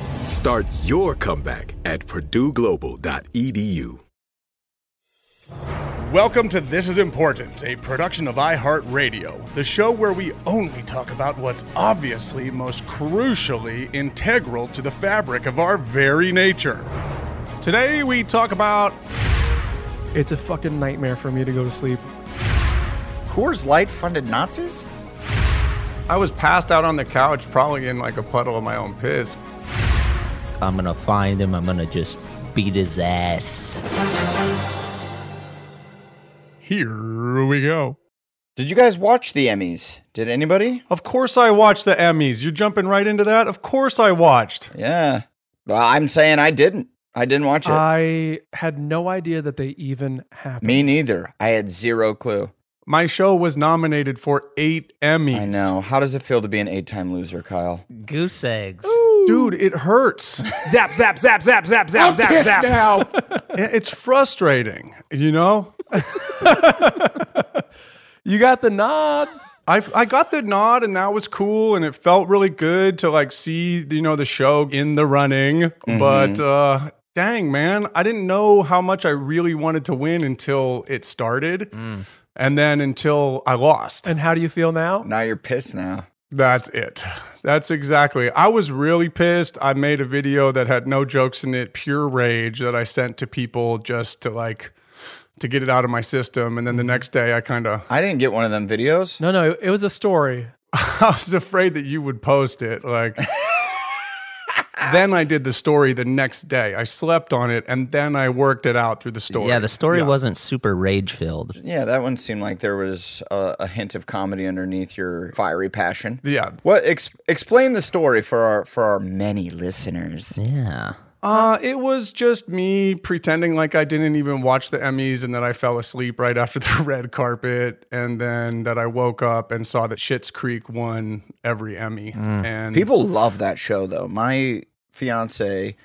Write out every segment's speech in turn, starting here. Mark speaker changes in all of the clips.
Speaker 1: Start your comeback at purdueglobal.edu.
Speaker 2: Welcome to This Is Important, a production of iHeartRadio, the show where we only talk about what's obviously most crucially integral to the fabric of our very nature. Today we talk about
Speaker 3: It's a fucking nightmare for me to go to sleep.
Speaker 4: Coors Light funded Nazis?
Speaker 5: I was passed out on the couch, probably in like a puddle of my own piss.
Speaker 6: I'm gonna find him. I'm gonna just beat his ass.
Speaker 2: Here We Go.
Speaker 7: Did you guys watch the Emmys? Did anybody?
Speaker 5: Of course I watched the Emmys. You're jumping right into that? Of course I watched.
Speaker 7: Yeah. Well, I'm saying I didn't. I didn't watch it.
Speaker 3: I had no idea that they even happened.
Speaker 7: Me neither. I had zero clue.
Speaker 5: My show was nominated for eight Emmys.
Speaker 7: I know. How does it feel to be an eight time loser, Kyle?
Speaker 6: Goose eggs.
Speaker 5: Dude, it hurts.
Speaker 8: Zap, zap, zap, zap, zap, zap, zap, zap.
Speaker 5: it's frustrating, you know?
Speaker 3: You got the nod.
Speaker 5: I, I got the nod and that was cool and it felt really good to like see you know the show in the running but uh dang man i didn't know how much i really wanted to win until it started and then until i lost
Speaker 3: And how do you feel now?
Speaker 7: Now you're pissed now.
Speaker 5: that's it that's exactly i was really pissed i made a video that had no jokes in it pure rage that i sent to people just to like to get it out of my system and then
Speaker 6: Mm-hmm.
Speaker 5: the next day i kind of
Speaker 7: I didn't get one of them videos.
Speaker 3: No, no, it was a story.
Speaker 5: I was afraid that you would post it. Like, then I did the story the next day. I slept on it and then I worked it out through the story.
Speaker 6: Yeah, the story wasn't super rage filled.
Speaker 7: Yeah, that one seemed like there was a, a hint of comedy underneath your fiery passion.
Speaker 5: Yeah.
Speaker 7: What? Ex- explain the story for our for our many listeners.
Speaker 6: Yeah.
Speaker 5: Uh, it was just me pretending like I didn't even watch the Emmys and that I fell asleep right after the red carpet and then that I woke up and saw that Shits Creek won every Emmy.
Speaker 6: Mm.
Speaker 5: And
Speaker 7: People love that show though. My fiance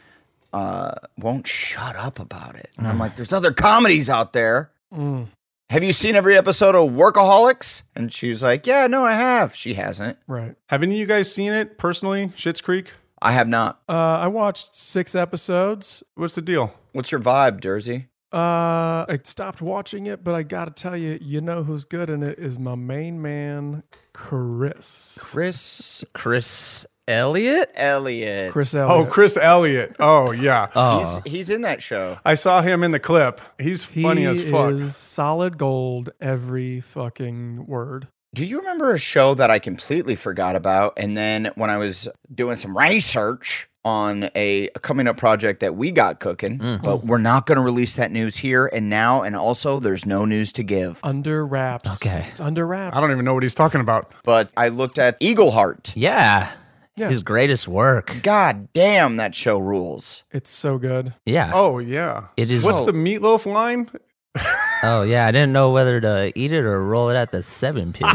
Speaker 7: uh, won't shut up about it, and I'm like, "There's other comedies out there.
Speaker 3: Mm.
Speaker 7: Have you seen every episode of Workaholics?" And she's like, "Yeah, no, I have." She hasn't.
Speaker 3: Right.
Speaker 5: have any of you guys seen it personally? Shits Creek?
Speaker 7: I have not.
Speaker 3: Uh, I watched six episodes.
Speaker 5: What's the deal?
Speaker 7: What's your vibe, Dersey?
Speaker 3: Uh, I stopped watching it, but I gotta tell you, you know who's good in it is my main man, Chris.
Speaker 7: Chris
Speaker 6: Chris Elliott?
Speaker 7: Elliott.
Speaker 3: Chris
Speaker 5: Oh,
Speaker 3: Elliott.
Speaker 5: Chris Elliott. Oh, yeah.
Speaker 6: Oh,
Speaker 7: He's he's in that show.
Speaker 5: I saw him in the clip. He's
Speaker 3: He
Speaker 5: funny as fuck.
Speaker 3: is solid gold every fucking word.
Speaker 7: Do you remember a show that I completely forgot about? And then when I was doing some research on a coming up project that we got cooking, but we're not going to release that news here and now. And also, there's no news to give.
Speaker 3: Under wraps.
Speaker 6: Okay.
Speaker 3: It's under wraps.
Speaker 5: I don't even know what he's talking about.
Speaker 7: But I looked at Eagleheart.
Speaker 6: Yeah.
Speaker 3: Yeah.
Speaker 6: His greatest work.
Speaker 7: God damn, that show rules.
Speaker 3: It's so good.
Speaker 6: Yeah.
Speaker 5: Oh yeah.
Speaker 6: It is-
Speaker 5: What's the meatloaf line?
Speaker 6: Oh, yeah. I didn't know whether to eat it or roll it at the seven pin.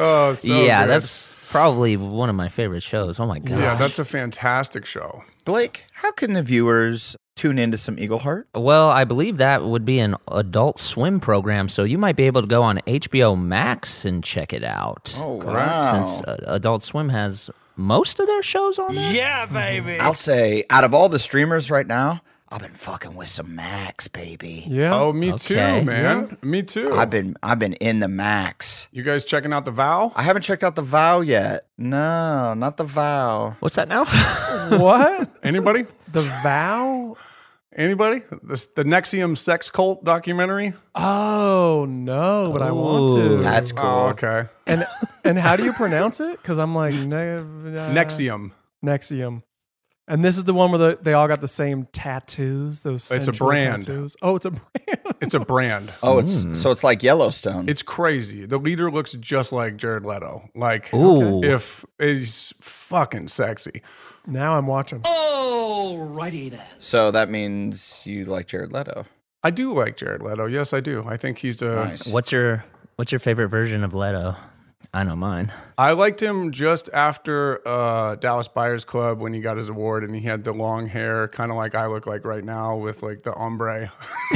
Speaker 5: Oh, so
Speaker 6: yeah,
Speaker 5: good.
Speaker 6: that's probably one of my favorite shows. Oh my god.
Speaker 5: yeah, that's a fantastic show.
Speaker 7: Blake, how can the viewers tune into some Eagleheart?
Speaker 6: well, I believe that would be an adult swim program, so you might be able to go on HBO Max and check it out.
Speaker 7: Oh,
Speaker 6: Correct?
Speaker 7: wow.
Speaker 6: Since uh, Adult Swim has most of their shows on there.
Speaker 9: Yeah, baby.
Speaker 7: I'll say, out of all the streamers right now, I've been fucking with some Max, baby.
Speaker 3: Yeah.
Speaker 5: Oh, me
Speaker 6: Okay.
Speaker 5: too, man. Me too.
Speaker 7: I've been I've been in the Max.
Speaker 5: you guys checking out the vow?
Speaker 7: I haven't checked out the vow yet. No, not the vow.
Speaker 6: What's that now?
Speaker 5: Oh.
Speaker 3: What?
Speaker 5: Anybody?
Speaker 3: The vow?
Speaker 5: Anybody? This, the Nexium sex cult documentary?
Speaker 3: Oh no, but I want
Speaker 6: Ooh.
Speaker 3: to.
Speaker 7: That's cool.
Speaker 5: Oh, okay.
Speaker 3: and and how do you pronounce it? Because I'm like ne- uh,
Speaker 5: Nexium.
Speaker 3: Nexium. And this is the one where the, they all got the same tattoos. Those
Speaker 5: It's a
Speaker 3: sensual
Speaker 5: brand.
Speaker 3: Tattoos. Oh, it's a brand.
Speaker 5: It's a brand.
Speaker 7: Oh, it's so it's like Yellowstone.
Speaker 5: It's crazy. The leader looks just like Jared Leto. Like,
Speaker 6: Ooh.
Speaker 5: if he's fucking sexy.
Speaker 3: now I'm watching.
Speaker 7: so that means you like Jared Leto.
Speaker 5: I do like Jared Leto. Yes, I do. I think he's a.
Speaker 7: Nice.
Speaker 6: what's your What's your favorite version of Leto? I know mine.
Speaker 5: I liked him just after uh, Dallas Buyers Club when he got his award and he had the long hair, kind of like I look like right now with like the ombre.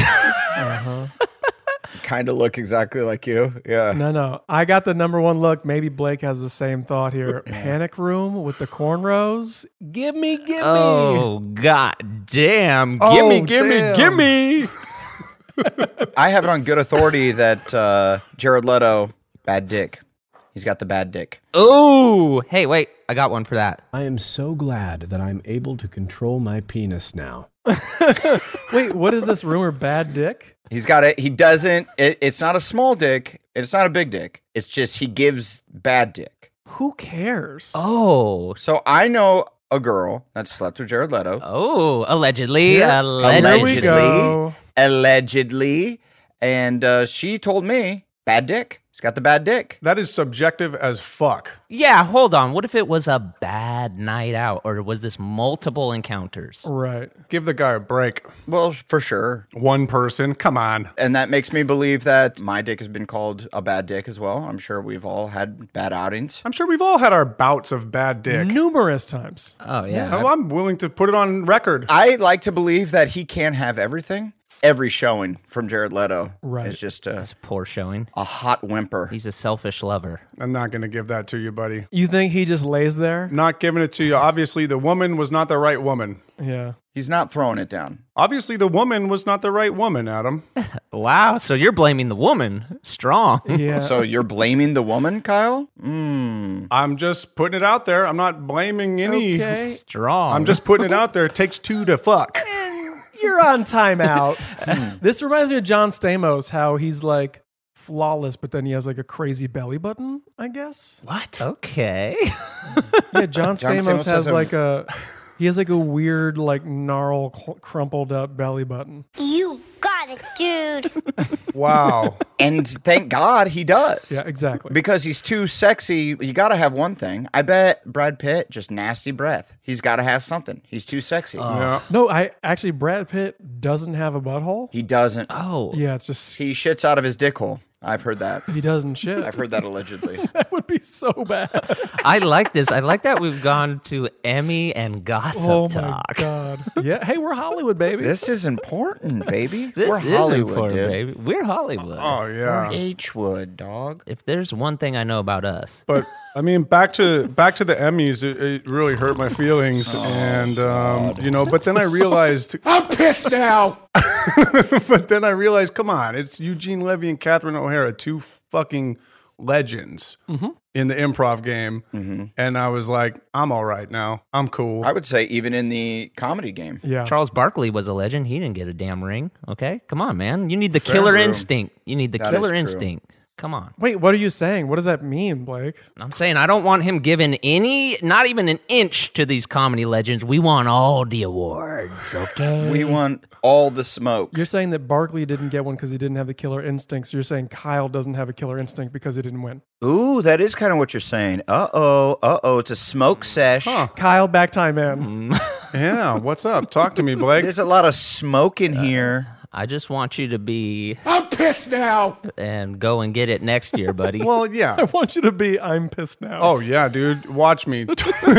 Speaker 7: Kind of look exactly like you. Yeah.
Speaker 3: No, no, I got the number one look. Maybe Blake has the same thought here. Panic Room with the cornrows. Give me, give me.
Speaker 6: Oh god damn. gimme,
Speaker 5: Oh,
Speaker 6: gimme,
Speaker 5: damn.
Speaker 6: gimme.
Speaker 7: I have it on good authority that uh, Jared Leto bad dick. He's got the bad dick.
Speaker 6: Oh. Ooh. Hey, wait, I got one for that.
Speaker 10: I am so glad that I'm able to control my penis now.
Speaker 3: Wait, what is this rumor? Bad dick?
Speaker 7: He's got it. He doesn't. It, it's not a small dick. and It's not a big dick. It's just he gives bad dick.
Speaker 3: Who cares?
Speaker 6: Oh.
Speaker 7: So I know a girl that slept with Jared Leto.
Speaker 6: Oh, allegedly.
Speaker 3: Here-
Speaker 7: Here
Speaker 6: allegedly.
Speaker 3: Here we go.
Speaker 7: allegedly. And uh, she told me, bad dick. He's got the bad dick.
Speaker 5: That is subjective as fuck.
Speaker 6: Yeah, hold on. What if it was a bad night out or was this multiple encounters?
Speaker 3: Right.
Speaker 5: Give the guy a break.
Speaker 7: Well, for sure.
Speaker 5: One person. Come on.
Speaker 7: And that makes me believe that my dick has been called a bad dick as well. I'm sure we've all had bad outings.
Speaker 5: I'm sure we've all had our bouts of bad dick.
Speaker 3: Mm-hmm. Numerous times.
Speaker 6: Oh, yeah.
Speaker 5: I'm- I'm willing to put it on record.
Speaker 7: I like to believe that he can have everything. Every showing from Jared Leto
Speaker 3: Right.
Speaker 7: is just a,
Speaker 6: That's poor showing.
Speaker 7: a hot whimper.
Speaker 6: He's a selfish lover.
Speaker 5: I'm not going to give that to you, buddy.
Speaker 3: You think he just lays there?
Speaker 5: Not giving it to you. Obviously, the woman was not the right woman.
Speaker 3: Yeah.
Speaker 7: He's not throwing it down.
Speaker 5: Obviously, the woman was not the right woman, Adam.
Speaker 6: Wow, so you're blaming the woman. Strong.
Speaker 3: Yeah.
Speaker 7: So you're blaming the woman, Kyle? Mm.
Speaker 5: I'm just putting it out there. I'm not blaming any.
Speaker 3: okay.
Speaker 6: Strong.
Speaker 5: I'm just putting it out there. It takes two to fuck.
Speaker 3: You're on timeout. this reminds me of John Stamos, how he's like flawless, but then he has like a crazy belly button, I guess.
Speaker 6: What? Okay.
Speaker 3: Yeah,
Speaker 7: John
Speaker 3: John, Stamos,
Speaker 7: Stamos
Speaker 3: has,
Speaker 7: has a-
Speaker 3: like a he has like a weird, like gnarl, cl- crumpled up belly button.
Speaker 4: You got it, dude.
Speaker 5: Wow.
Speaker 7: And thank God he does.
Speaker 3: Yeah, exactly.
Speaker 7: Because he's too sexy, you got to have one thing. I bet Brad Pitt just nasty breath. He's got to have something. He's too sexy.
Speaker 6: Oh.
Speaker 5: Yeah.
Speaker 3: no, I actually Brad Pitt doesn't have a butthole.
Speaker 7: He doesn't.
Speaker 6: Oh.
Speaker 3: Yeah, it's just
Speaker 7: He shits out of his dick hole. I've heard that.
Speaker 3: he doesn't shit.
Speaker 7: I've heard that allegedly.
Speaker 3: that would be so bad.
Speaker 6: I like this. I like that we've gone to Emmy and gossip
Speaker 3: oh
Speaker 6: talk.
Speaker 3: my god. Yeah. Hey, we're Hollywood, baby.
Speaker 7: this is important, baby.
Speaker 6: This
Speaker 7: We're
Speaker 6: is
Speaker 7: Hollywood,
Speaker 6: important,
Speaker 7: dude.
Speaker 6: baby. We're Hollywood.
Speaker 5: Oh,
Speaker 7: We're
Speaker 5: yeah.
Speaker 7: Hwood, dog.
Speaker 6: If there's one thing I know about us,
Speaker 5: But I mean, back to back to the Emmys. It, it really hurt my feelings,
Speaker 6: Oh,
Speaker 5: and um, you know. But then I realized I'm pissed now. but then I realized, come on, it's Eugene Levy and Catherine O'Hara, two fucking legends
Speaker 6: Mm-hmm.
Speaker 11: Mhm.
Speaker 5: in the improv game, and I was like, I'm all right now. I'm cool.
Speaker 7: I would say even in the comedy game.
Speaker 5: Yeah.
Speaker 6: Charles Barkley was a legend. He didn't get a damn ring. Okay. Come on, man. You need the
Speaker 7: Fair.
Speaker 6: killer
Speaker 7: True.
Speaker 6: instinct. You need the
Speaker 7: That is
Speaker 6: killer
Speaker 7: true.
Speaker 6: instinct. Come on.
Speaker 3: Wait, what are you saying? What does that mean, Blake?
Speaker 6: I'm saying I don't want him giving any, not even an inch to these comedy legends. We want all the awards, okay?
Speaker 7: We want all the smoke.
Speaker 3: You're saying that Barkley didn't get one because he didn't have the killer instinct. So you're saying Kyle doesn't have a killer instinct because he didn't win.
Speaker 7: Ooh, that is kind of what you're saying. Uh oh, uh oh, it's a smoke sesh.
Speaker 3: Kyle, back time
Speaker 5: Mm-hmm.
Speaker 3: in.
Speaker 5: yeah, what's up? Talk to me, Blake.
Speaker 7: There's a lot of smoke in here.
Speaker 6: I just want you to be
Speaker 3: I'm pissed now.
Speaker 6: and go and get it next year, buddy.
Speaker 5: Well, yeah.
Speaker 3: I want you to be. I'm pissed now.
Speaker 5: Oh yeah, dude. Watch me.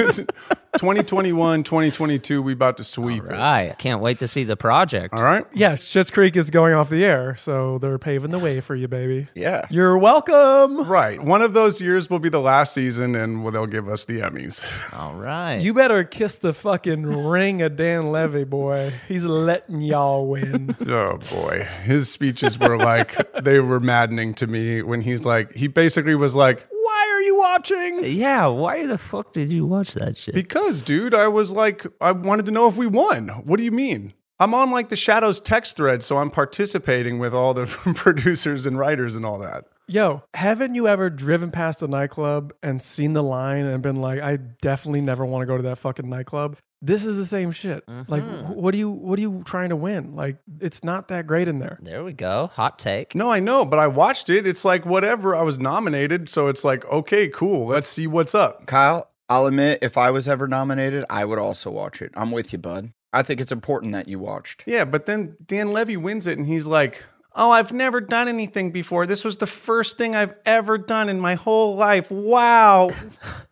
Speaker 5: 2021, 2022, we about to sweep.
Speaker 6: All right. Can't wait to see the project. All
Speaker 5: right.
Speaker 3: Yes, Schitt's Creek is going off the air, so they're paving the way for you, baby.
Speaker 7: Yeah.
Speaker 3: You're welcome.
Speaker 5: Right. One of those years will be the last season, and they'll give us the Emmys.
Speaker 6: All right.
Speaker 3: You better kiss the fucking ring of Dan Levy, boy. He's letting y'all win.
Speaker 5: Oh boy, his speeches were like they were maddening to me. When he's like, he basically was like,
Speaker 3: Why are you watching?
Speaker 6: Yeah. Why the fuck did you watch that shit?
Speaker 5: "Because, dude, I was like, I wanted to know if we won. What do you mean? I'm on like the Shadows text thread, so I'm participating with all the producers and writers and all that."
Speaker 3: Yo, haven't you ever driven past a nightclub and seen the line and been like, I definitely never want to go to that fucking nightclub? This is the same shit. Like,
Speaker 6: Mhm.
Speaker 3: wh- what are you what are you trying to win? Like, it's not that great in there.
Speaker 6: There we go. Hot take.
Speaker 5: No, I know, but I watched it. It's like whatever. I was nominated, so it's like, okay, cool. Let's see what's up.
Speaker 7: Kyle, I'll admit, if I was ever nominated, I would also watch it. I'm with you, bud. I think it's important that you watched.
Speaker 5: Yeah, but then Dan Levy wins it, and he's like, "Oh, I've never done anything before. This was the first thing I've ever done in my whole life. Wow,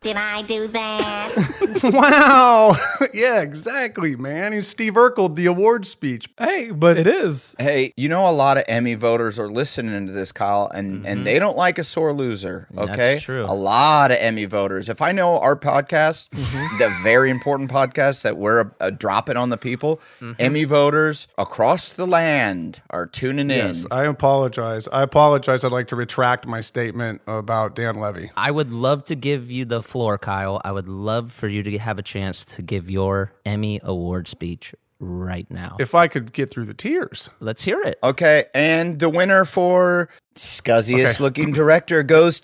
Speaker 12: Did I do that?
Speaker 5: wow, yeah, exactly, man." He's Steve Urkel, the award speech.
Speaker 3: Hey, but it is.
Speaker 7: Hey, you know a lot of Emmy voters are listening to this, Kyle, and
Speaker 5: Mm-hmm.
Speaker 7: and they don't like a sore loser. Okay,
Speaker 6: true.
Speaker 7: A lot of Emmy voters. If I know our podcast,
Speaker 5: Mm-hmm.
Speaker 7: the very important podcast that we're uh, uh, dropping on the people,
Speaker 5: Mm-hmm.
Speaker 7: Emmy voters across the land are tuning
Speaker 5: Yes, uh
Speaker 7: in.
Speaker 5: I apologize. I apologize. I'd like to retract my statement about Dan Levy.
Speaker 6: I would love to give you the floor, Kyle. I would love for you to have a chance to give your Emmy award speech right now.
Speaker 5: If I could get through the tears.
Speaker 6: Let's hear
Speaker 13: Uh,
Speaker 6: it.
Speaker 7: Okay, and the winner for scuzziest
Speaker 5: Okay.
Speaker 7: looking director goes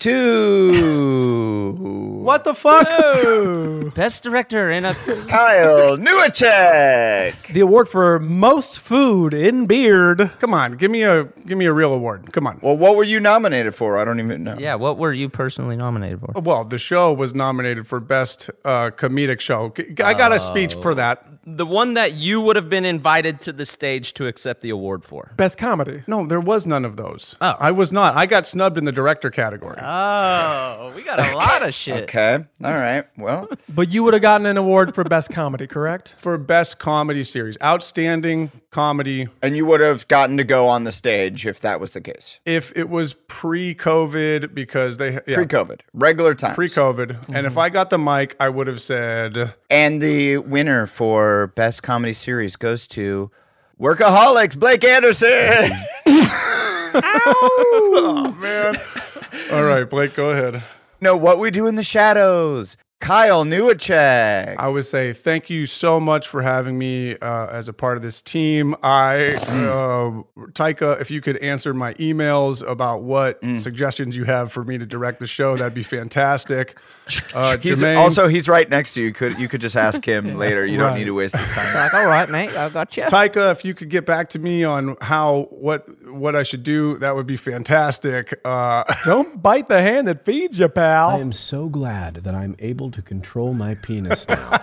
Speaker 7: to
Speaker 5: What the fuck?
Speaker 6: Best director in a
Speaker 7: Kyle Newacek.
Speaker 3: The award for most food in beard.
Speaker 5: Come on, give me a give me a real award. Come on.
Speaker 7: Well, what were you nominated for? I don't even know.
Speaker 6: Yeah, what were you personally nominated
Speaker 13: Oh.
Speaker 6: for?
Speaker 5: Well, the show was nominated for best uh, comedic show. G- I got a speech for that.
Speaker 13: The one that you would have been invited to the stage to accept the award for.
Speaker 3: Best comedy.
Speaker 5: No, there was none of those. Oh. I was not. I got snubbed in the director category.
Speaker 6: Oh, we got a lot of shit.
Speaker 7: Okay. All right. Well,
Speaker 3: But you would have gotten an award for best comedy, correct?
Speaker 5: for best comedy series, outstanding comedy.
Speaker 7: and you would have gotten to go on the stage if that was the case.
Speaker 5: If it was pre-COVID, because they yeah,
Speaker 7: Pre-COVID, regular time.
Speaker 5: pre-COVID, and if I got the mic, I would have said
Speaker 7: and the winner for best comedy series goes to Workaholics Blake Anderson.
Speaker 5: All right, Blake, go ahead.
Speaker 7: no, what we do in the shadows. Kyle Newacek.
Speaker 5: I would say thank you so much for having me uh, as a part of this team. I, uh, Taika, if you could answer my emails about what
Speaker 7: Mm.
Speaker 5: suggestions you have for me to direct the show, that'd be fantastic. Uh,
Speaker 7: He's,
Speaker 5: Jermaine,
Speaker 7: also, he's right next to you. Could you could just ask him later. You don't
Speaker 3: Right.
Speaker 7: need to waste his time.
Speaker 6: Like, all right, mate, I got you.
Speaker 5: Taika, if you could get back to me on how what what I should do, that would be fantastic. Uh,
Speaker 3: Don't bite the hand that feeds you, pal.
Speaker 14: I am so glad that I'm able to control my penis now.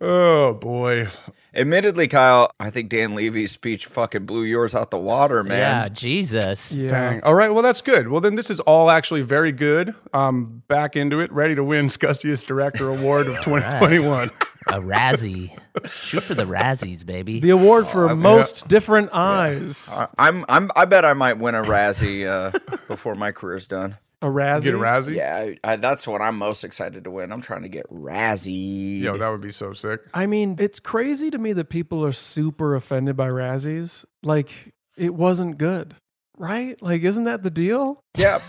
Speaker 5: oh boy,
Speaker 7: Admittedly, Kyle, I think Dan Levy's speech fucking blew yours out the water, man.
Speaker 6: Yeah, Jesus.
Speaker 3: yeah.
Speaker 5: dang! All right, well that's good. Well then, this is all actually very good. I'm back into it, ready to win Scussiest Director Award of 2021.
Speaker 6: A Razzie. Shoot for the Razzies, baby.
Speaker 3: The award for most different eyes.
Speaker 7: I- I'm, I'm, I bet I might win a Razzie uh, before my career's done.
Speaker 3: A Razzie.
Speaker 5: Get a Razzie?
Speaker 7: Yeah, I, I, that's what I'm most excited to win. I'm trying to get Razzie.
Speaker 5: Yo, that would be so sick.
Speaker 3: I mean, it's crazy to me that people are super offended by Razzies. Like, it wasn't good, right? Like, isn't that the deal?
Speaker 7: yeah,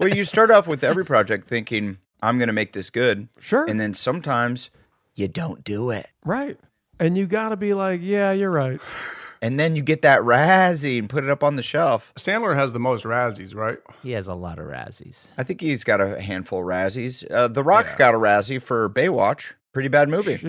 Speaker 7: well, you start off with every project thinking, I'm going to make this good.
Speaker 3: Sure.
Speaker 7: And then sometimes you don't do it.
Speaker 3: Right. And you got to be like, yeah, you're right.
Speaker 7: And then you get that Razzie and put it up on the shelf.
Speaker 5: Sandler has the most Razzies, right?
Speaker 6: He has a lot of Razzies.
Speaker 7: I think he's got a handful of Razzies. Uh, the Rock got a Razzie for Baywatch. Pretty bad movie.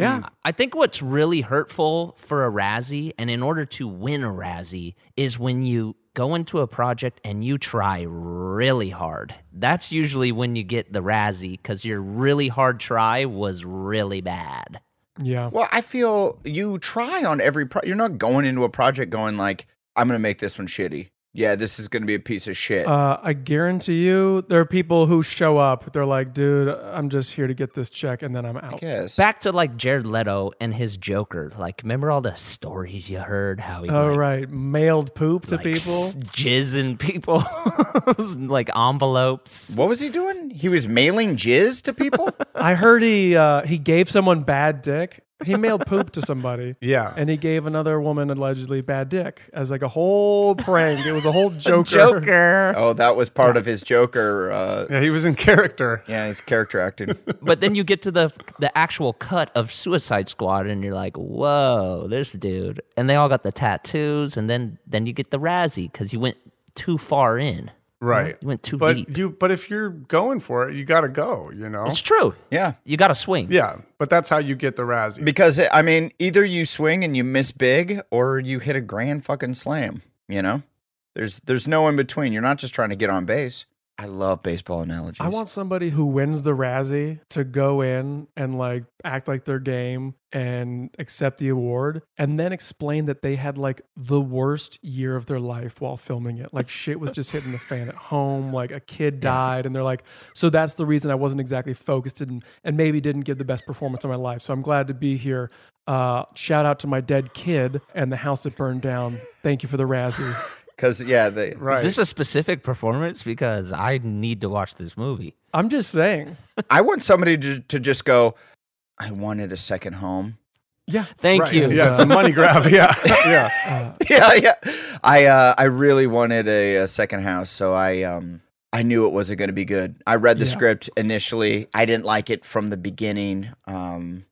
Speaker 6: I think what's really hurtful for a Razzie, and in order to win a Razzie, is when you go into a project and you try really hard. That's usually when you get the Razzie because your really hard try was really bad.
Speaker 3: Yeah.
Speaker 7: Well, I feel you try on every pro- you're not going into a project going like, I'm going to make this one shitty. Yeah, this is going to be a piece of shit.
Speaker 3: Uh, I guarantee you, there are people who show up. They're like, dude, I'm just here to get this check, and then I'm out.
Speaker 6: Back to like Jared Leto and his Joker. Like, remember all the stories you heard how he
Speaker 3: All
Speaker 6: like,
Speaker 3: Oh, right, mailed poop to people.
Speaker 6: jizzing people like envelopes.
Speaker 7: What was he doing? He was mailing jizz to people.
Speaker 3: I heard he uh, he gave someone bad dick. He mailed poop to somebody.
Speaker 5: Yeah.
Speaker 3: and he gave another woman allegedly bad dick as like a whole prank. It was a whole joker.
Speaker 7: Oh, that was part of his Joker. Uh,
Speaker 5: yeah, he was in character.
Speaker 7: Yeah, he's character acting.
Speaker 6: but then you get to the the actual cut of Suicide Squad, and you're like, "Whoa, this dude!" And they all got the tattoos, and then then you get the Razzie because you went too far in.
Speaker 5: Right.
Speaker 6: you went too
Speaker 5: but
Speaker 6: deep.
Speaker 5: You, but if you're going for it, you got to go. You know,
Speaker 6: It's true.
Speaker 7: Yeah.
Speaker 6: You got to swing.
Speaker 5: Yeah, but that's how you get the Razzie.
Speaker 7: because eh, I mean, either you swing and you miss big, or you hit a grand fucking slam. You know, there's there's no in between. You're not just trying to get on base. I love baseball analogies.
Speaker 3: I want somebody who wins the Razzie to go in and like act like their game and accept the award and then explain that they had like the worst year of their life while filming it. Like shit was just hitting the fan at home, like a kid died and they're like, "So that's the reason I wasn't exactly focused and and maybe didn't give the best performance of my life. So I'm glad to be here." Uh, shout out to my dead kid and the house that burned down. Thank you for the Razzie.
Speaker 7: Because yeah, they
Speaker 6: Is this a specific performance? Because I need to watch this movie.
Speaker 3: I'm just saying.
Speaker 7: I want somebody to, to just go. I wanted a second home.
Speaker 3: Yeah.
Speaker 6: Thank
Speaker 7: Right.
Speaker 6: you.
Speaker 7: Yeah, it's a money grab. Yeah.
Speaker 5: yeah.
Speaker 7: yeah, yeah. I uh, I really wanted a, a second house, so I um I knew it wasn't going to be good. I read the
Speaker 3: Yeah.
Speaker 7: script initially. I didn't like it from the beginning. Um,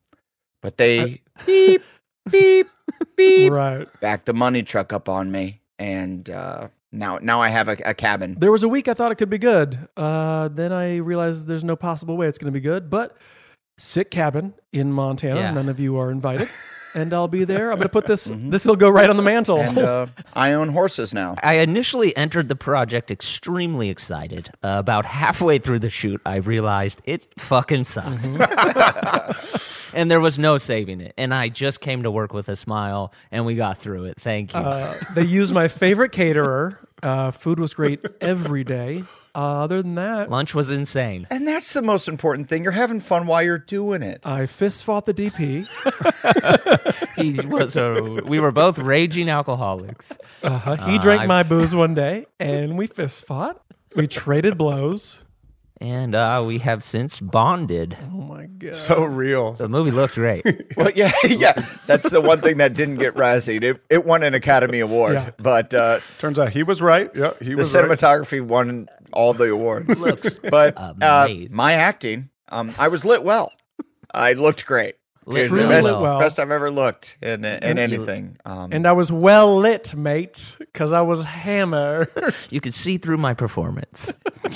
Speaker 7: but they beep beep beep
Speaker 3: right
Speaker 7: back the money truck up on me, and uh, now now I have a, a cabin.
Speaker 3: There was a week I thought it could be good. Uh, then I realized there's no possible way it's going to be good. But sick cabin in Montana.
Speaker 7: Yeah. Mm-hmm.
Speaker 3: None of you are invited, and I'll be there. I'm going to put this. This will go right on the mantle.
Speaker 7: And uh, I own horses now.
Speaker 6: I initially entered the project extremely excited. Uh, about halfway through the shoot, I realized it fucking sucked. and there was no saving it. And I just came to work with a smile and we got through it. Thank you.
Speaker 3: Uh, they used my favorite caterer. Uh, food was great every day. Uh, other than that,
Speaker 6: Lunch was insane.
Speaker 7: And that's the most important thing. You're having fun while you're doing it.
Speaker 3: I fist fought the DP.
Speaker 6: he was a, we were both raging alcoholics.
Speaker 3: Uh, he
Speaker 6: Uh,
Speaker 3: drank
Speaker 6: I-
Speaker 3: my booze one day, and we fist fought. We traded blows.
Speaker 6: And uh, we have since bonded.
Speaker 3: Oh my god!
Speaker 5: So real.
Speaker 6: The movie looked great.
Speaker 7: Well, yeah, yeah. That's the one thing that didn't get Razzied. It, it won an Academy Award,
Speaker 5: Yeah.
Speaker 7: but uh,
Speaker 5: turns out he was right. Yeah, he
Speaker 7: the
Speaker 5: was right.
Speaker 7: cinematography won all the awards.
Speaker 6: Looks
Speaker 7: but uh, my acting, um, I was lit well. I looked great.
Speaker 3: Lit
Speaker 7: It was the
Speaker 3: really
Speaker 7: best,
Speaker 3: lit well.
Speaker 7: best I've ever looked in in
Speaker 3: And-
Speaker 7: anything. Um,
Speaker 3: And I was well lit, mate, because I was hammered.
Speaker 6: You could see through my performance.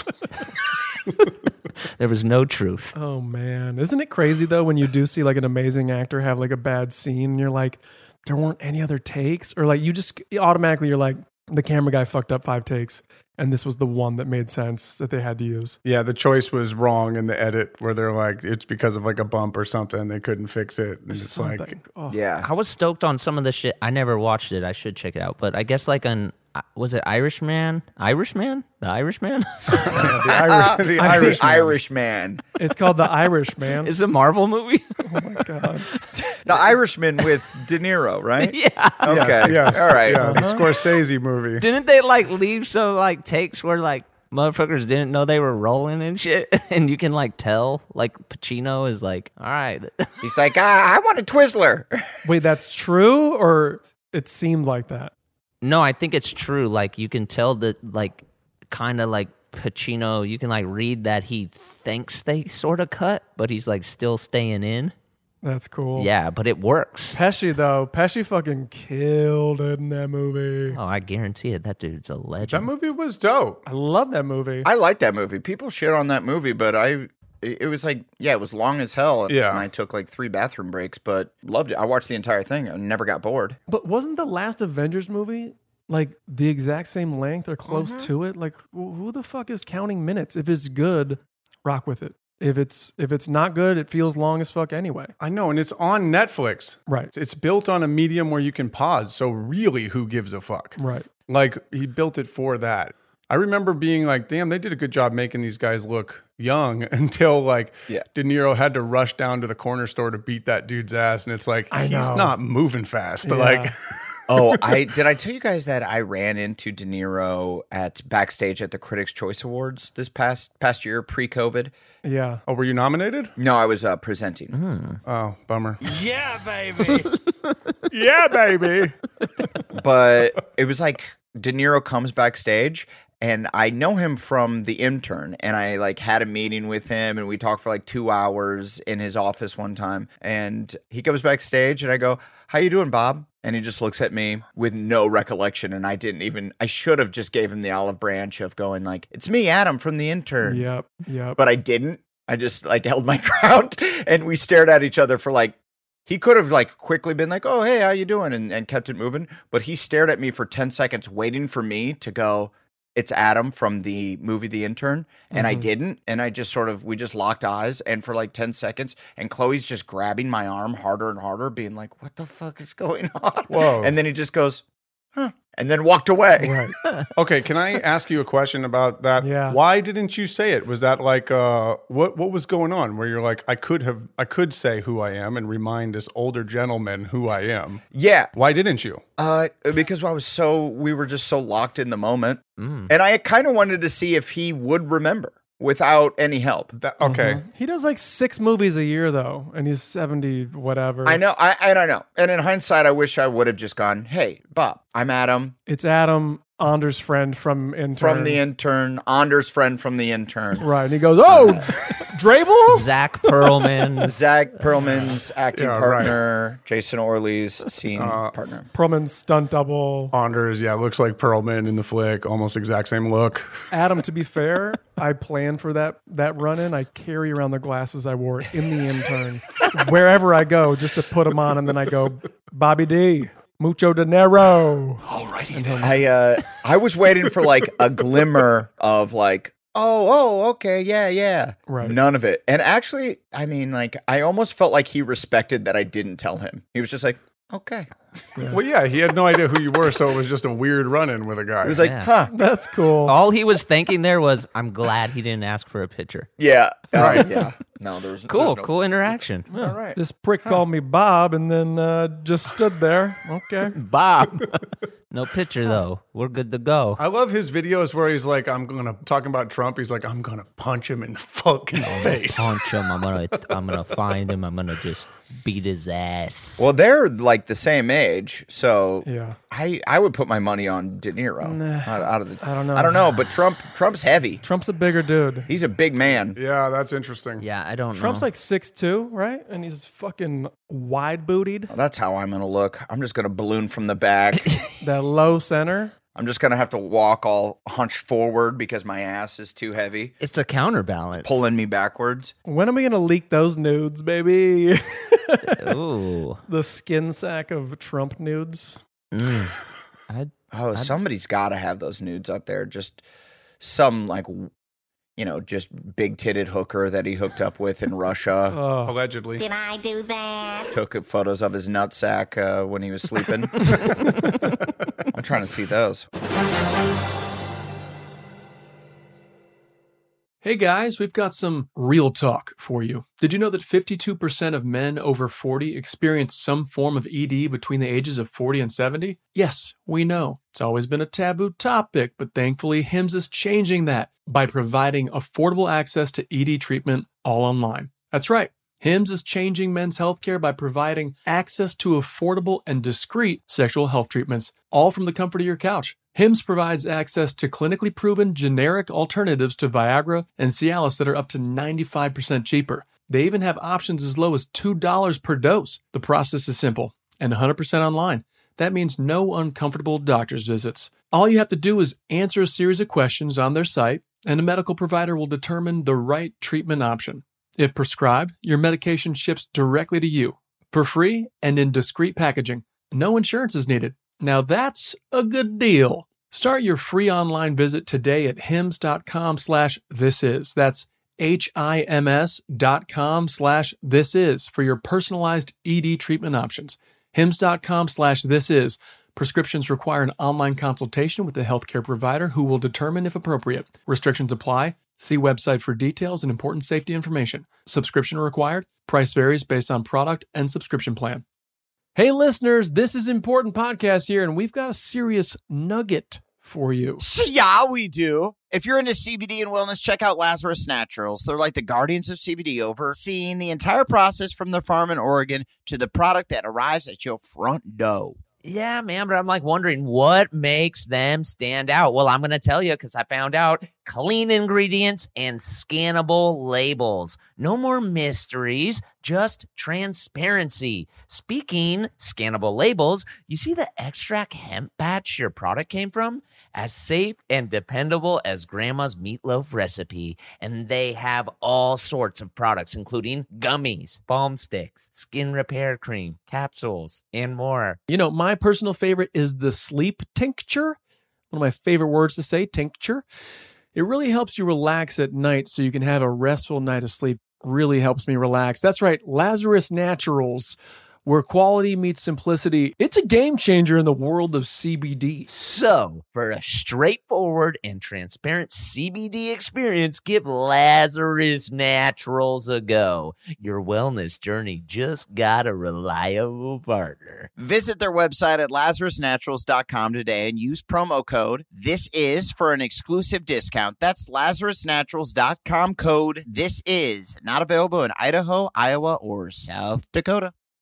Speaker 6: there was no truth.
Speaker 3: Oh man, isn't it crazy though when you do see like an amazing actor have like a bad scene and you're like there weren't any other takes or like you just automatically you're like the camera guy fucked up five takes and this was the one that made sense that they had to use.
Speaker 5: Yeah, the choice was wrong in the edit where they're like, it's because of like a bump or something. They couldn't fix it. And it's like,
Speaker 3: Something. Oh.
Speaker 7: Yeah.
Speaker 6: I was stoked on some of the shit. I never watched it. I should check it out. But I guess like an uh, was it Irishman? Irishman? The Irishman?
Speaker 5: the Irish, the Irish,
Speaker 7: Irishman.
Speaker 3: It's called The Irishman.
Speaker 6: It's a Marvel movie.
Speaker 7: The Irishman with De Niro, right?
Speaker 6: yeah.
Speaker 7: Okay.
Speaker 5: Yes, yes,
Speaker 7: All right.
Speaker 5: Yeah, the Scorsese movie.
Speaker 6: Didn't they like leave some like takes where like motherfuckers didn't know they were rolling and shit? And you can like tell like Pacino is like, all right.
Speaker 7: He's like, ah, I want a Twizzler.
Speaker 3: Wait, that's true or it seemed like that?
Speaker 6: No, I think it's true. Like you can tell that like kind of like Pacino, you can like read that he thinks they sort of cut, but he's like still staying in.
Speaker 3: That's cool.
Speaker 6: Yeah, but it works.
Speaker 3: Pesci though, Pesci fucking killed it in that movie.
Speaker 6: Oh, I guarantee it. That dude's a legend.
Speaker 5: That movie was dope.
Speaker 3: I love that movie.
Speaker 7: I like that movie. People shit on that movie, but I it it was like yeah, it was long as hell.
Speaker 5: Yeah.
Speaker 7: And I took like three bathroom breaks, but loved it. I watched the entire thing. I never got bored.
Speaker 3: But wasn't the last Avengers movie like the exact same length or close to it? Like wh- who the fuck is counting minutes? If it's good, rock with it. If it's if it's not good, it feels long as fuck anyway.
Speaker 5: I know, and it's on Netflix.
Speaker 3: Right.
Speaker 5: It's built on a medium where you can pause. So really, who gives a fuck?
Speaker 3: Right.
Speaker 5: Like he built it for that. I remember being like, "Damn, they did a good job making these guys look young." Until like,
Speaker 7: Yeah.
Speaker 5: De Niro had to rush down to the corner store to beat that dude's ass, and it's like
Speaker 3: I
Speaker 5: he's
Speaker 3: know.
Speaker 5: not moving fast.
Speaker 3: Yeah.
Speaker 5: Like,
Speaker 7: Oh, I did I tell you guys that I ran into De Niro at backstage at the Critics Choice Awards this past past year pre-COVID.
Speaker 3: Yeah.
Speaker 5: oh, were you nominated?
Speaker 7: No, I was uh, presenting.
Speaker 5: Oh, bummer.
Speaker 15: Yeah, baby.
Speaker 5: yeah, baby.
Speaker 7: but it was like De Niro comes backstage and I know him from the intern and I like had a meeting with him and we talked for like 2 hours in his office one time and he comes backstage and I go, "How you doing, Bob?" And he just looks at me with no recollection and I didn't even I should have just gave him the olive branch of going like, "It's me, Adam from the intern."
Speaker 3: Yep. Yep.
Speaker 7: But I didn't. I just like held my ground and we stared at each other for like he could have like quickly been like, "Oh, hey, how you doing?" and, and kept it moving, but he stared at me for 10 seconds waiting for me to go, "It's Adam from the movie The Intern." And I
Speaker 3: Mhm.
Speaker 7: didn't, and I just sort of we just locked eyes and for like 10 seconds and Chloe's just grabbing my arm harder and harder being like, "What the fuck is going on?"
Speaker 5: Whoa.
Speaker 7: And then he just goes, "Huh." And then walked away.
Speaker 3: Right.
Speaker 5: Okay, can I ask you a question about that?
Speaker 3: Yeah.
Speaker 5: Why didn't you say it? Was that like uh what what was going on where you're like I could have I could say who I am and remind this older gentleman who I am.
Speaker 7: Yeah.
Speaker 5: Why didn't you?
Speaker 7: Uh, because I was so we were just so locked in the moment,
Speaker 6: Mm.
Speaker 7: and I kind of wanted to see if he would remember without any help.
Speaker 5: That,
Speaker 3: Mm-hmm.
Speaker 5: okay.
Speaker 3: He does like six movies a year though, and he's seventy whatever.
Speaker 7: I know, I and I know, and in hindsight, I wish I would have just gone, "Hey, Bob, I'm Adam
Speaker 3: It's Adam Anders' friend from intern.
Speaker 7: from the intern, Anders' friend from the intern,
Speaker 3: Right, and he goes, "Oh, Drabel."
Speaker 6: Zach Perlman.
Speaker 7: Zach Perlman's acting
Speaker 5: Yeah, right.
Speaker 7: partner, Jason Orley's scene partner."
Speaker 3: Perlman's stunt double.
Speaker 5: Anders, yeah, looks like Perlman in the flick, almost exact same look.
Speaker 3: Adam, to be fair, I planned for that that run in. I carry around the glasses I wore in the intern wherever I go, just to put them on, and then I go, Bobby D, mucho dinero.
Speaker 7: I uh, I was waiting for like a glimmer of like, oh, oh, okay, yeah, yeah.
Speaker 3: Right.
Speaker 7: None of it. And actually, I mean, like, I almost felt like he respected that I didn't tell him. He was just like, okay.
Speaker 5: Well, yeah, he had no idea who you were, so it was just a weird run-in with a guy.
Speaker 7: He was like,
Speaker 6: Yeah.
Speaker 7: huh,
Speaker 3: That's cool.
Speaker 6: All he was thinking there was, I'm glad he didn't ask for a picture.
Speaker 7: yeah, right, yeah. No, there was
Speaker 6: Cool,
Speaker 7: there's no-
Speaker 6: cool interaction.
Speaker 7: All right.
Speaker 3: This prick called me Bob, and then uh, just stood there. Okay.
Speaker 6: Bob. no picture though. We're good to go.
Speaker 5: I love his videos where he's like, I'm gonna talking about Trump. He's like, I'm gonna punch him in the fucking face.
Speaker 6: Punch him. I'm gonna. I'm gonna find him. I'm gonna just beat his ass.
Speaker 7: Well, they're like the same age, so
Speaker 3: Yeah.
Speaker 7: I I would put my money on De Niro out, out of the.
Speaker 3: I don't know.
Speaker 7: I don't know, but Trump Trump's heavy.
Speaker 3: Trump's a bigger dude.
Speaker 7: He's a big man.
Speaker 5: yeah, that's interesting.
Speaker 6: yeah, I don't.
Speaker 3: Trump's
Speaker 6: know.
Speaker 3: like six two, right? And he's fucking wide bootied.
Speaker 7: That's how I'm gonna look. I'm just gonna balloon from the back.
Speaker 3: That low center.
Speaker 7: I'm just gonna have to walk all hunched forward because my ass is too heavy,
Speaker 6: it's a counterbalance.
Speaker 7: pulling me backwards.
Speaker 3: When are we gonna leak those nudes, baby?
Speaker 6: Ooh.
Speaker 3: the skin sack of Trump nudes.
Speaker 6: Mm. I,
Speaker 7: Oh, somebody's got to have those nudes out there. Just some like, w- you know, just big titted hooker that he hooked up with in Russia.
Speaker 5: Uh.
Speaker 3: Oh,
Speaker 5: Allegedly.
Speaker 12: Did I do that?
Speaker 7: Took photos of his nutsack uh, when he was sleeping. I'm trying to see those.
Speaker 11: Hey guys, we've got some real talk for you. Did you know that 52% of men over 40 experience some form of ED between the ages of 40 and 70? Yes, we know. It's always been a taboo topic, but thankfully, HIMS is changing that by providing affordable access to ED treatment all online. That's right. HIMS is changing men's healthcare by providing access to affordable and discreet sexual health treatments, all from the comfort of your couch.
Speaker 3: HIMS provides access to clinically proven generic alternatives to Viagra and Cialis that are up to 95% cheaper. They even have options as low as $2 per dose. The process is simple and 100% online. That means no uncomfortable doctor's visits. All you have to do is answer a series of questions on their site, and a medical provider will determine the right treatment option. If prescribed, your medication ships directly to you for free and in discreet packaging. No insurance is needed. Now that's a good deal. Start your free online visit today at hims.com slash this is. That's H-I-M-S dot com slash this is for your personalized ED treatment options. HIMS.com slash this is. Prescriptions require an online consultation with a healthcare provider who will determine if appropriate. Restrictions apply. See website for details and important safety information. Subscription required. Price varies based on product and subscription plan. Hey, listeners, this is Important Podcast here, and we've got a serious nugget for you.
Speaker 4: Yeah, we do. If you're into CBD and wellness, check out Lazarus Naturals. They're like the guardians of CBD, overseeing the entire process from the farm in Oregon to the product that arrives at your front door.
Speaker 6: Yeah, man, but I'm like wondering what makes them stand out. Well, I'm going to tell you because I found out clean ingredients and scannable labels. No more mysteries, just transparency. Speaking scannable labels, you see the extract hemp batch your product came from? As safe and dependable as grandma's meatloaf recipe. And they have all sorts of products, including gummies, balm sticks, skin repair cream, capsules, and more.
Speaker 3: You know, my personal favorite is the sleep tincture. One of my favorite words to say, tincture. It really helps you relax at night so you can have a restful night of sleep. Really helps me relax. That's right, Lazarus Naturals, where quality meets simplicity. It's a game changer in the world of CBD.
Speaker 6: So, for a straightforward and transparent CBD experience, give Lazarus Naturals a go. Your wellness journey just got a reliable partner.
Speaker 4: Visit their website at lazarusnaturals.com today and use promo code this is for an exclusive discount. That's lazarusnaturals.com code this is. Not available in Idaho, Iowa, or South Dakota.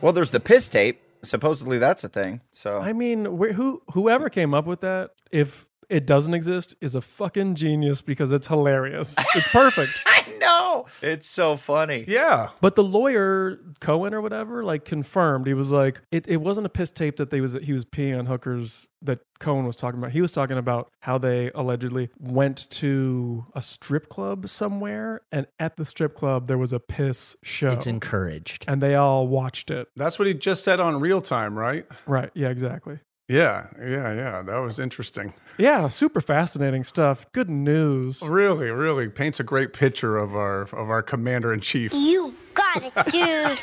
Speaker 7: Well, there's the piss tape. Supposedly that's a thing. So
Speaker 16: I mean, wh- who whoever came up with that, if it doesn't exist, is a fucking genius because it's hilarious. It's perfect.
Speaker 7: I know. It's so funny.
Speaker 5: Yeah.
Speaker 16: But the lawyer Cohen or whatever, like confirmed, he was like, it, it wasn't a piss tape that they was he was peeing on hookers that Cohen was talking about. He was talking about how they allegedly went to a strip club somewhere, and at the strip club there was a piss show.
Speaker 17: It's encouraged.
Speaker 16: and they all watched it.
Speaker 5: That's what he just said on real time, right?
Speaker 16: Right? Yeah, exactly.
Speaker 5: Yeah, yeah, yeah. That was interesting.
Speaker 16: Yeah, super fascinating stuff. Good news.
Speaker 5: Really, really paints a great picture of our of our commander in chief.
Speaker 8: You got it, dude.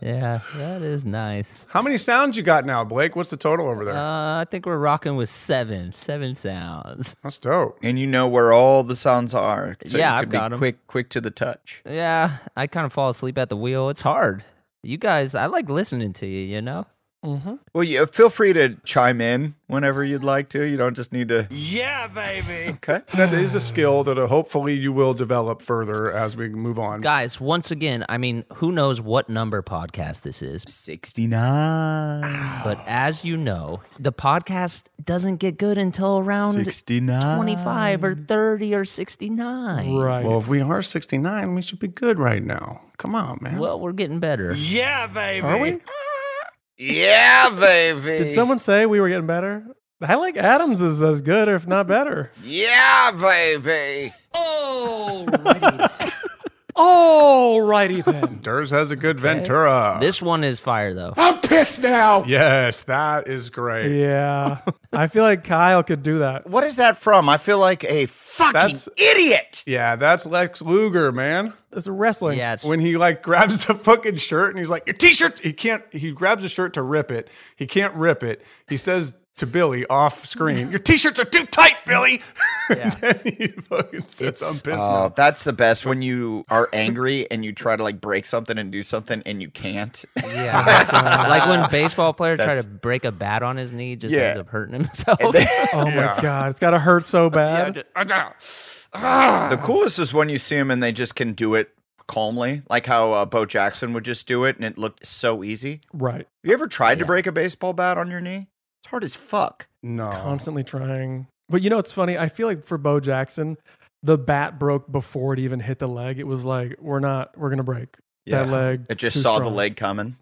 Speaker 17: Yeah, that is nice.
Speaker 5: How many sounds you got now, Blake? What's the total over there?
Speaker 17: Uh, I think we're rocking with seven, seven sounds.
Speaker 5: That's dope.
Speaker 7: And you know where all the sounds are. So
Speaker 17: Yeah,
Speaker 7: you
Speaker 17: I've
Speaker 7: could be
Speaker 17: got 'em.
Speaker 7: quick, quick to the touch.
Speaker 17: Yeah, I kind of fall asleep at the wheel. It's hard. You guys, I like listening to you. You know.
Speaker 16: Mm-hmm.
Speaker 7: Well, yeah, feel free to chime in whenever you'd like to. You don't just need to.
Speaker 8: yeah, baby.
Speaker 7: Okay.
Speaker 5: That is a skill that uh, hopefully you will develop further as we move on.
Speaker 17: Guys, once again, I mean, who knows what number podcast this is?
Speaker 7: 69.
Speaker 17: But as you know, the podcast doesn't get good until around
Speaker 7: 69.
Speaker 17: 25 or 30 or 69.
Speaker 16: Right.
Speaker 5: Well, if we are 69, we should be good right now. Come on, man.
Speaker 17: Well, we're getting better.
Speaker 8: Yeah, baby.
Speaker 16: Are we?
Speaker 7: Yeah, baby.
Speaker 3: Did someone say we were getting better? I like Adams is as good, or if not better.
Speaker 7: Yeah, baby.
Speaker 18: Oh.
Speaker 3: Alrighty then.
Speaker 5: Durs has a good Ventura.
Speaker 6: This one is fire though.
Speaker 3: I'm pissed now.
Speaker 5: Yes, that is great.
Speaker 3: Yeah. I feel like Kyle could do that.
Speaker 7: What is that from? I feel like a fucking idiot.
Speaker 5: Yeah, that's Lex Luger, man.
Speaker 3: It's wrestling.
Speaker 5: Yeah, when he like grabs the fucking shirt and he's like, "Your t-shirt." He can't. He grabs the shirt to rip it. He can't rip it. He says to Billy off screen, "Your t-shirts are too tight, Billy." Yeah. and then he fucking says, "I'm pissed
Speaker 3: uh,
Speaker 5: now."
Speaker 7: Oh, that's the best when you are angry and you try to like break something and do something and you can't.
Speaker 6: Yeah, like when baseball player try
Speaker 7: That's-
Speaker 6: to break a bat on his knee, he just
Speaker 7: Yeah.
Speaker 6: ends up hurting himself.
Speaker 3: Oh my god, it's gotta hurt so bad.
Speaker 7: the coolest is when you see them and they just can do it calmly, like how uh, Bo Jackson would just do it and it looked so easy.
Speaker 3: Right.
Speaker 7: Have you ever tried to break a baseball bat on your knee? It's hard as fuck.
Speaker 5: No.
Speaker 3: Constantly trying. But you know it's funny? I feel like for Bo Jackson, the bat broke before it even hit the leg. It was like, we're not we're gonna break. That leg.
Speaker 7: It just
Speaker 3: too
Speaker 7: saw
Speaker 3: strong.
Speaker 7: the leg coming.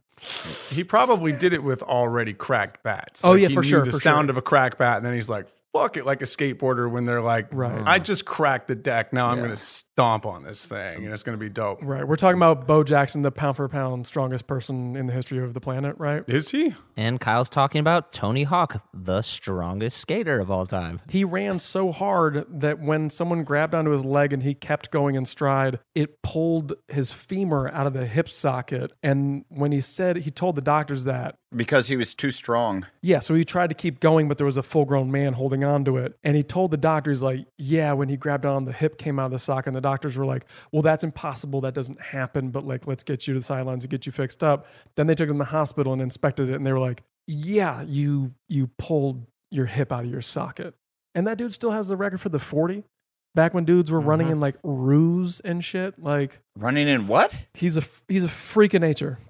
Speaker 5: He probably did it with already cracked bats.
Speaker 3: Oh, yeah,
Speaker 5: he
Speaker 3: for
Speaker 5: knew
Speaker 3: sure,
Speaker 5: The
Speaker 3: for
Speaker 5: sound
Speaker 3: sure.
Speaker 5: of a crack bat, and then he's like, "Fuck it!" Like a skateboarder when they're like,
Speaker 3: Right.
Speaker 5: "I just cracked the deck. Now I'm going to stomp on this thing, and it's going to be dope."
Speaker 3: Right. We're talking about Bo Jackson, the pound for pound strongest person in the history of the planet, right?
Speaker 5: Is he?
Speaker 6: And Kyle's talking about Tony Hawk, the strongest skater of all time.
Speaker 3: He ran so hard that when someone grabbed onto his leg and he kept going in stride, it pulled his femur out of the hip socket. And when he said, he told the doctors that.
Speaker 7: Because he was too strong.
Speaker 3: Yeah, so he tried to keep going, but there was a full grown man holding on to it. And he told the doctors, like, yeah, when he grabbed on, the hip came out of the socket. And the doctors were like, well, that's impossible. That doesn't happen. But like, let's get you to the sidelines and get you fixed up. Then they took him to the hospital and inspected it. And they were like, yeah, you you pulled your hip out of your socket. And that dude still has the record for the 40. Back when dudes were running
Speaker 7: Mm-hmm.
Speaker 3: in like ruse and shit, like
Speaker 7: Running in what?
Speaker 3: he's a he's a freak of nature.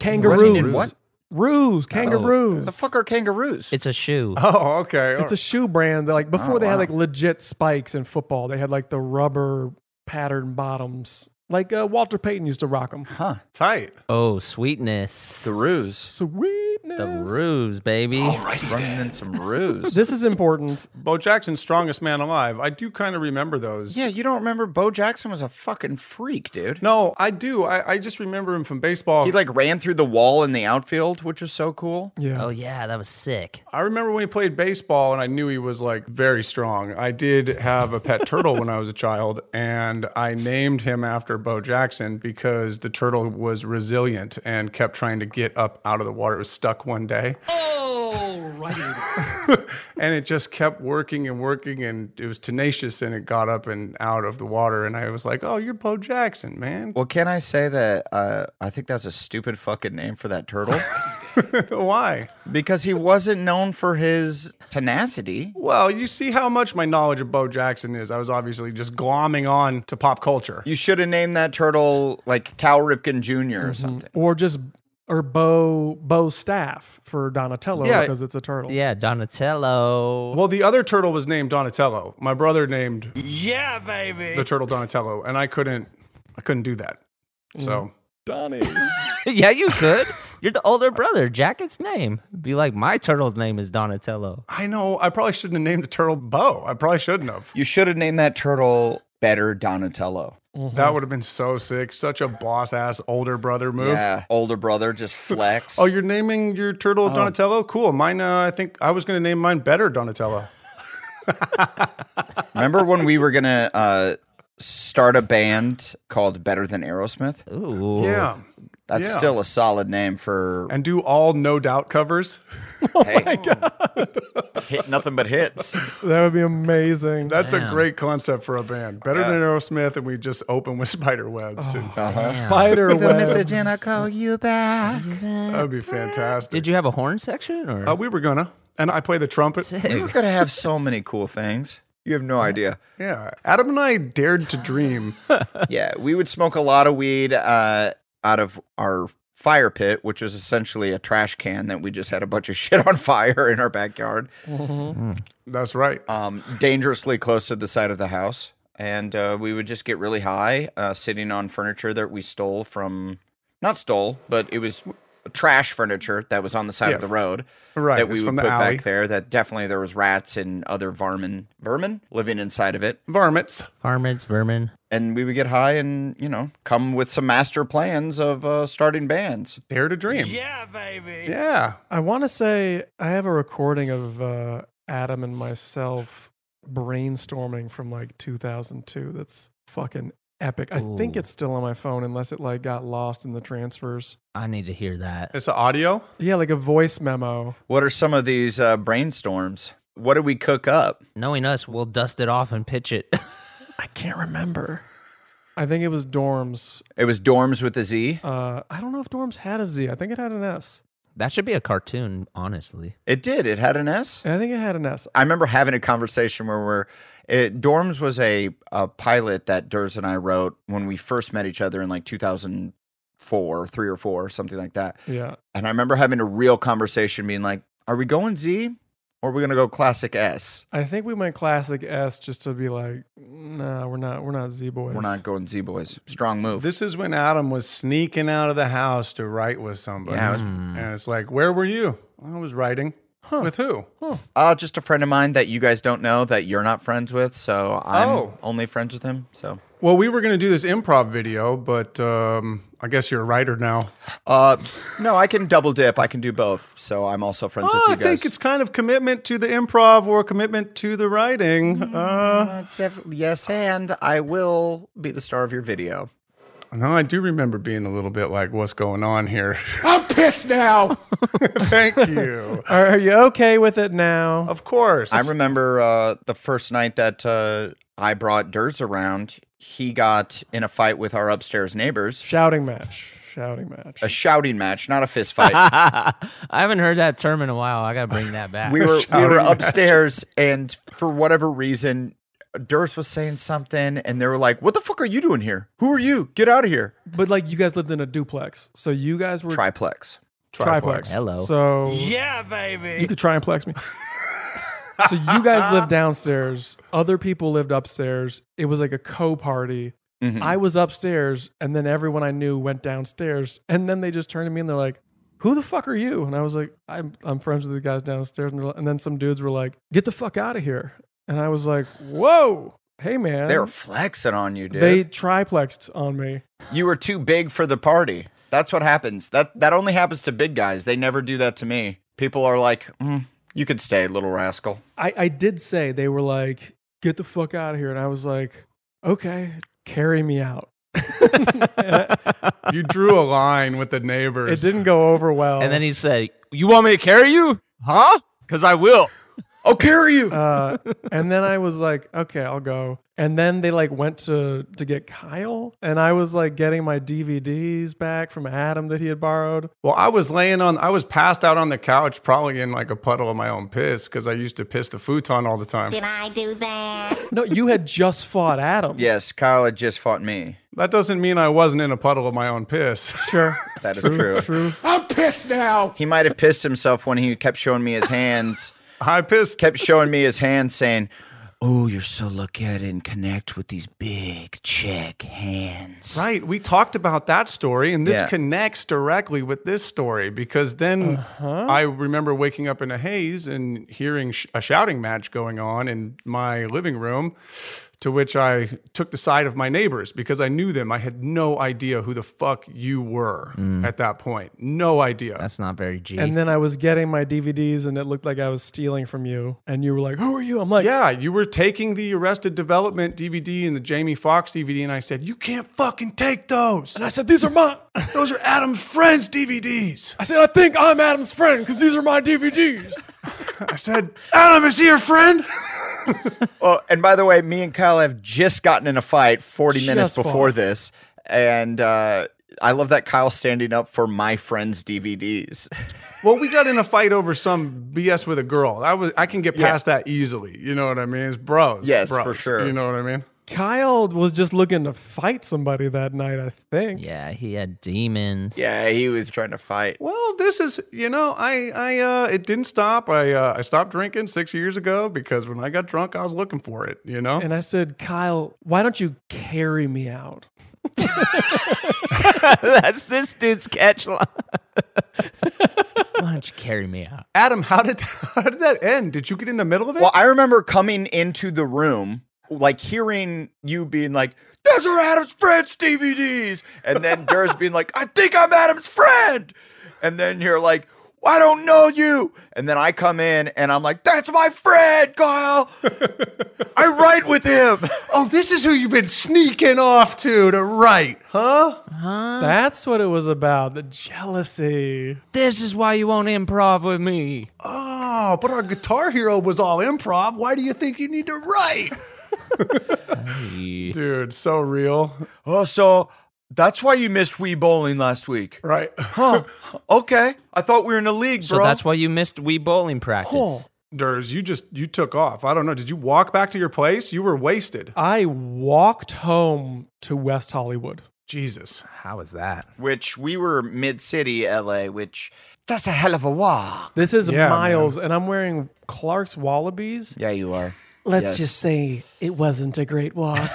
Speaker 7: Running in
Speaker 3: Kangaroos.
Speaker 7: what? Oh.
Speaker 3: Ruse, kangaroos.
Speaker 7: The fuck are kangaroos?
Speaker 6: It's a shoe.
Speaker 5: Oh, okay.
Speaker 3: It's a shoe brand. that, Like before,
Speaker 7: Oh,
Speaker 3: they
Speaker 7: wow.
Speaker 3: had like legit spikes in football. They had like the rubber pattern bottoms. Like uh, Walter Payton used to rock them.
Speaker 7: Huh.
Speaker 5: tight.
Speaker 6: Oh, sweetness.
Speaker 7: The ruse.
Speaker 3: Sweetness.
Speaker 6: The ruse, baby.
Speaker 7: Running in some ruse.
Speaker 3: This is important.
Speaker 5: Bo Jackson's strongest man alive. I do kind of remember those.
Speaker 7: yeah, you don't remember Bo Jackson was a fucking freak, dude.
Speaker 5: No, I do. I, I just remember him from baseball.
Speaker 7: He like ran through the wall in the outfield, which was so cool.
Speaker 3: Yeah.
Speaker 6: Oh yeah, that was sick.
Speaker 5: I remember when he played baseball and I knew he was like very strong. I did have a pet turtle when I was a child and I named him after Bo Jackson because the turtle was resilient and kept trying to get up out of the water. It was stuck one day and it just kept working and working and it was tenacious and it got up and out of the water. And I was like, oh, you're Bo Jackson, man.
Speaker 7: Well, can I say that uh, I think that's a stupid fucking name for that turtle?
Speaker 5: Why?
Speaker 7: because he wasn't known for his tenacity.
Speaker 5: Well, you see how much my knowledge of Bo Jackson is. I was obviously just glomming on to pop culture.
Speaker 7: You should have named that turtle like Cal Ripken Jr.
Speaker 3: Mm-hmm.
Speaker 7: or something.
Speaker 3: Or just or Bo Bo staff for Donatello
Speaker 5: Yeah.
Speaker 3: because it's a turtle.
Speaker 6: Yeah, Donatello.
Speaker 5: Well, the other turtle was named Donatello. My brother named
Speaker 12: Yeah, baby.
Speaker 5: the turtle Donatello, and I couldn't, I couldn't do that.
Speaker 12: Mm-hmm.
Speaker 5: So
Speaker 3: Donnie.
Speaker 6: yeah, you could. You're the older brother. Jacket's name. Be like, my turtle's name is Donatello.
Speaker 5: I know I probably shouldn't have named the turtle Bo. I probably shouldn't have.
Speaker 7: You should have named that turtle Better Donatello.
Speaker 12: Mm-hmm.
Speaker 5: That would have been so sick. Such a boss ass older brother move.
Speaker 7: Yeah, older brother just flex.
Speaker 5: Oh, you're naming your turtle
Speaker 12: Oh.
Speaker 5: Donatello? Cool. Mine, uh, I think I was going to name mine better Donatello.
Speaker 7: Remember when we were gonna uh, start a band called Better Than Aerosmith?
Speaker 6: Ooh.
Speaker 5: Yeah.
Speaker 7: That's
Speaker 5: Yeah.
Speaker 7: still a solid name for
Speaker 5: And do all no doubt covers.
Speaker 7: hit nothing but hits.
Speaker 3: That would be amazing.
Speaker 5: That's a
Speaker 6: Damn.
Speaker 5: great concept for a band. Better than Aerosmith, and we just open with spider webs. and-
Speaker 7: Oh. Uh-huh.
Speaker 3: Spider web.
Speaker 7: and I call you back.
Speaker 5: That'd be fantastic.
Speaker 6: Did you have a horn section or?
Speaker 5: Uh, we were gonna, and I play the trumpet.
Speaker 7: We're gonna have so many cool things. You have no idea.
Speaker 5: Yeah, Adam and I dared to dream.
Speaker 7: Yeah, we would smoke a lot of weed uh, out of our fire pit, which was essentially a trash can that we just had a bunch of shit on fire in our backyard,
Speaker 5: That's right.
Speaker 7: um, dangerously close to the side of the house. And uh, we would just get really high, uh, sitting on furniture that we stole from, not stole, but it was trash furniture that was on the side
Speaker 4: Yeah.
Speaker 7: of the road
Speaker 4: Right,
Speaker 7: that
Speaker 4: it was
Speaker 7: we would
Speaker 4: from the
Speaker 7: put
Speaker 4: alley.
Speaker 7: back there. That definitely there was rats and other varmin vermin living inside of it.
Speaker 5: Varmints,
Speaker 6: varmints, vermin.
Speaker 7: And we would get high and you know come with some master plans of uh, starting bands.
Speaker 5: Dare to dream.
Speaker 12: Yeah, baby.
Speaker 5: Yeah.
Speaker 3: I want to say I have a recording of uh, Adam and myself brainstorming from like 2002. That's fucking epic. I think
Speaker 6: Ooh.
Speaker 3: it's still on my phone unless it like got lost in the transfers.
Speaker 6: I need to hear that.
Speaker 5: It's an audio.
Speaker 3: Yeah, like a voice memo.
Speaker 7: What are some of these uh, brainstorms? What did we cook up?
Speaker 6: Knowing us, we'll dust it off and pitch it.
Speaker 3: I can't remember. I think it was dorms.
Speaker 7: It was dorms with a Z.
Speaker 3: Uh, I don't know if dorms had a Z. I think it had an S.
Speaker 6: That should be a cartoon, honestly.
Speaker 7: It did. It had an S.
Speaker 3: I think it had an S.
Speaker 7: I remember having a conversation where we're it, dorms was a, a pilot that Durs and I wrote when we first met each other in like 2004, three or four, something like that.
Speaker 3: Yeah.
Speaker 7: And I remember having a real conversation, being like, "Are we going Z or are we going to go classic S?
Speaker 3: I think we went classic S just to be like, nah, we're not, we're not Z boys.
Speaker 7: We're not going Z boys. Strong move."
Speaker 5: This is when Adam was sneaking out of the house to write with somebody.
Speaker 7: Yeah, I was-
Speaker 6: Hmm.
Speaker 5: and it's like, where were you? I was writing. With who?
Speaker 7: Uh, just a friend of mine that you guys don't know that you're not friends with, so I'm
Speaker 5: Oh.
Speaker 7: only friends with him. So
Speaker 5: Well, we were going to do this improv video, but um, I guess you're a writer now.
Speaker 7: Uh, no, I can double dip. I can do both. So I'm also friends
Speaker 5: Oh,
Speaker 7: with
Speaker 5: I
Speaker 7: you guys.
Speaker 5: think it's kind of commitment to the improv or commitment to the writing.
Speaker 12: Mm-hmm.
Speaker 5: Uh,
Speaker 7: yes, and I will be the star of your video.
Speaker 5: no, I do remember being a little bit like, what's going on here?
Speaker 12: I'm pissed now.
Speaker 5: Thank you.
Speaker 3: Are, are you okay with it now?
Speaker 5: Of course.
Speaker 7: I remember uh, the first night that uh, I brought Durs around, he got in a fight with our upstairs neighbors.
Speaker 3: Shouting match. Shouting match.
Speaker 7: A shouting match, not a fist fight.
Speaker 6: I haven't heard that term in a while. I got to bring that back.
Speaker 7: we were we were upstairs, and for whatever reason, Durs was saying something, and they were like, "What the fuck are you doing here? Who are you? Get out of here!"
Speaker 3: But like you guys lived in a duplex, so you guys were
Speaker 7: triplex.
Speaker 3: Triplex.
Speaker 6: Hello.
Speaker 3: So
Speaker 12: Yeah, baby.
Speaker 3: you could triplex me. so you guys lived downstairs. Other people lived upstairs. It was like a co-party.
Speaker 7: Mhm.
Speaker 3: I was upstairs, and then everyone I knew went downstairs, and then they just turned to me and they're like. Who the fuck are you? And I was like, I'm, I'm friends with the guys downstairs. And, they're like- and then some dudes were like, get the fuck out of here. And I was like, whoa, hey, man.
Speaker 7: They were flexing on you, dude.
Speaker 3: They triplexed on me.
Speaker 7: You were too big for the party. That's what happens. That that only happens to big guys. They never do that to me. People are like, mm, "You could stay, little rascal."
Speaker 3: I, I did say they were like, get the fuck out of here. And I was like, okay, carry me out.
Speaker 5: you drew a line with the neighbors.
Speaker 3: It didn't go over well.
Speaker 5: And then
Speaker 6: he said, You want me to carry you? Huh? Because I will.
Speaker 12: Oh,
Speaker 5: I'll carry you.
Speaker 3: Uh, and then I was like, okay, I'll go. And then they like went to to get Kyle, and I was like getting my DVDs back from Adam that he had borrowed.
Speaker 5: Well, I was laying on, I was passed out on the couch, probably in like a puddle of my own piss because I used to piss the futon all the time.
Speaker 12: Did I do that?
Speaker 3: No, you had just fought Adam.
Speaker 7: Yes, Kyle had just fought me.
Speaker 5: That doesn't mean I wasn't in a puddle of my own piss.
Speaker 3: Sure.
Speaker 7: That is true.
Speaker 3: True.
Speaker 12: I'm pissed now.
Speaker 7: He might have pissed himself when he kept showing me his hands.
Speaker 5: I pissed.
Speaker 7: Kept showing me his hands, saying, "Oh, you're so lucky I didn't connect with these big check hands."
Speaker 5: Right. We talked about that story, and this
Speaker 7: Yeah.
Speaker 5: connects directly with this story because then I remember waking up in a haze and hearing sh- a shouting match going on in my living room, to which I took the side of my neighbors because I knew them. I had no idea who the fuck you were at that point. No idea.
Speaker 6: That's not very G.
Speaker 3: And then I was getting my DVDs, and it looked like I was stealing from you. And you were like, who are you? I'm like,
Speaker 5: yeah, you were taking the Arrested Development DVD and the Jamie Foxx DVD, and I said, You can't fucking take those.
Speaker 3: And I said, these are my.
Speaker 5: Those are Adam's friends' DVDs.
Speaker 3: I said, I think I'm Adam's friend because these are my DVDs.
Speaker 5: I said, Adam, is he your friend?
Speaker 7: Oh, and by the way, me and Kyle have just gotten in a fight 40 minutes
Speaker 3: Just fought.
Speaker 7: before this. And uh, I love that Kyle's standing up for my friend's DVDs.
Speaker 5: Well, we got in a fight over some BS with a girl. I was I can get past that easily. You know what I mean? It's bros.
Speaker 7: Yes,
Speaker 5: bros,
Speaker 7: for sure.
Speaker 5: You know what I mean?
Speaker 3: Kyle was just looking to fight somebody that night, I think.
Speaker 6: yeah, he had demons.
Speaker 7: yeah, he was trying to fight.
Speaker 5: Well, this is you know I I uh, it didn't stop. I uh, I stopped drinking six years ago because when I got drunk, I was looking for it. You know.
Speaker 3: And I said, Kyle, why don't you carry me out?
Speaker 6: That's this dude's catch line. Why don't you carry me out?
Speaker 7: Adam, how did how did that end? Did you get in the middle of it? Well, I remember coming into the room, like hearing you being like, "Those are Adam's friends' DVDs," and then Durs being like, "I think I'm Adam's friend," and then you're like. I don't know you. And then I come in and I'm like, that's my friend, Kyle. I write with him.
Speaker 12: Oh, this is who you've been sneaking off to to write, huh?
Speaker 6: Huh?
Speaker 3: That's what it was about the jealousy.
Speaker 6: This is why you won't improv with me.
Speaker 12: Oh, but our guitar hero was all improv. Why do you think you need to write?
Speaker 7: Dude, so real. Oh, so that's why you missed Wii Bowling last week. Right. huh. Okay. I thought we were in a league,
Speaker 6: So
Speaker 7: bro.
Speaker 6: that's why you missed wee bowling practice.
Speaker 3: Oh,
Speaker 5: Durs, you just you took off. I don't know. Did you walk back to your place? You were wasted.
Speaker 3: I walked home to West Hollywood.
Speaker 5: Jesus.
Speaker 6: How is that?
Speaker 7: Which we were mid city LA, which that's a hell of a walk.
Speaker 3: This is
Speaker 7: Yeah,
Speaker 3: Miles, and I'm wearing Clark's Wallabies.
Speaker 7: Yeah, you are.
Speaker 3: Let's
Speaker 7: Yes.
Speaker 3: just say it wasn't a great walk.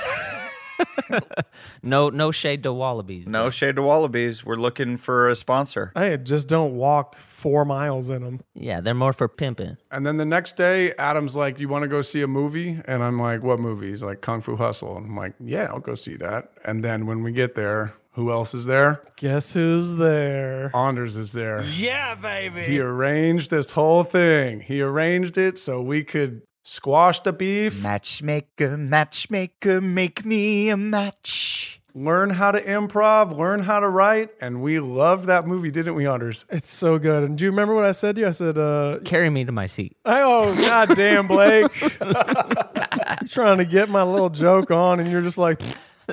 Speaker 6: No, no shade to wallabies.
Speaker 7: No shade to Wallabies. We're looking for a sponsor.
Speaker 3: I just don't walk four miles in them.
Speaker 6: Yeah, they're more for pimping.
Speaker 5: And then the next day, Adam's like, "You want to go see a movie?" And I'm like, "What movie?" He's like, "Kung Fu Hustle." And I'm like, "Yeah, I'll go see that." And then when we get there, who else is there?
Speaker 3: Guess who's there?
Speaker 5: Anders is there.
Speaker 12: yeah, baby.
Speaker 5: He arranged this whole thing. He arranged it so we could squash the beef.
Speaker 7: Matchmaker, matchmaker, make me a match.
Speaker 5: Learn how to improv, learn how to write, and we loved that movie, didn't we, Anders?
Speaker 3: It's so good. And do you remember what I said to you? I said, uh,
Speaker 6: Carry me to my seat.
Speaker 3: oh, god damn, Blake. trying to get my little joke on, and you're just like,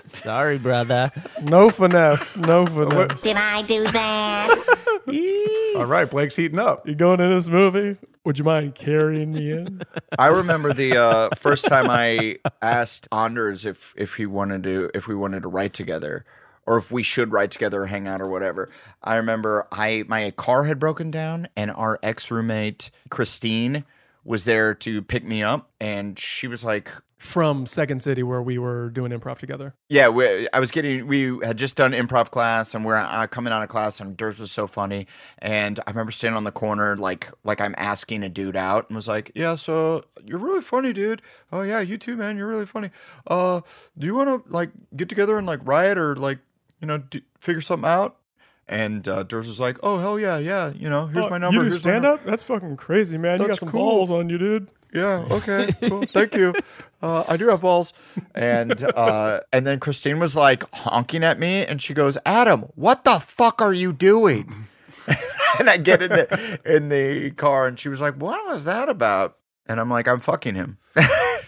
Speaker 6: sorry, brother.
Speaker 3: No finesse, no finesse.
Speaker 12: Did I do that?
Speaker 5: All right, Blake's heating up.
Speaker 3: You're going to this movie? Would you mind carrying me in?
Speaker 7: I remember the uh, first time I asked Anders if if he wanted to if we wanted to write together or if we should write together or hang out or whatever. I remember I my car had broken down and our ex roommate Christine was there to pick me up and she was like
Speaker 3: From Second City, where we were doing improv together.
Speaker 7: yeah, we, I was getting. We had just done improv class, and we're uh, coming out of class, and Durs was so funny. And I remember standing on the corner, like like I'm asking a dude out, and was like, "Yeah, so you're really funny, dude. Oh yeah, you too, man. You're really funny. Uh, do you want to like get together and like riot or like you know do, figure something out?" And uh, Durs was like, "Oh hell yeah, yeah. You know, here's
Speaker 3: Oh,
Speaker 7: my number.
Speaker 3: You do
Speaker 7: here's my
Speaker 3: stand
Speaker 7: num-
Speaker 3: up? That's fucking crazy, man. you got
Speaker 7: That's
Speaker 3: some
Speaker 7: cool.
Speaker 3: balls on you, dude.
Speaker 7: Yeah. Okay. cool. Thank you. Uh, I do have balls. And uh, and then Christine was like honking at me, and she goes, "Adam, what the fuck are you doing?" and I get in the in the car, and she was like, "What was that about?" And I'm like, "I'm fucking him.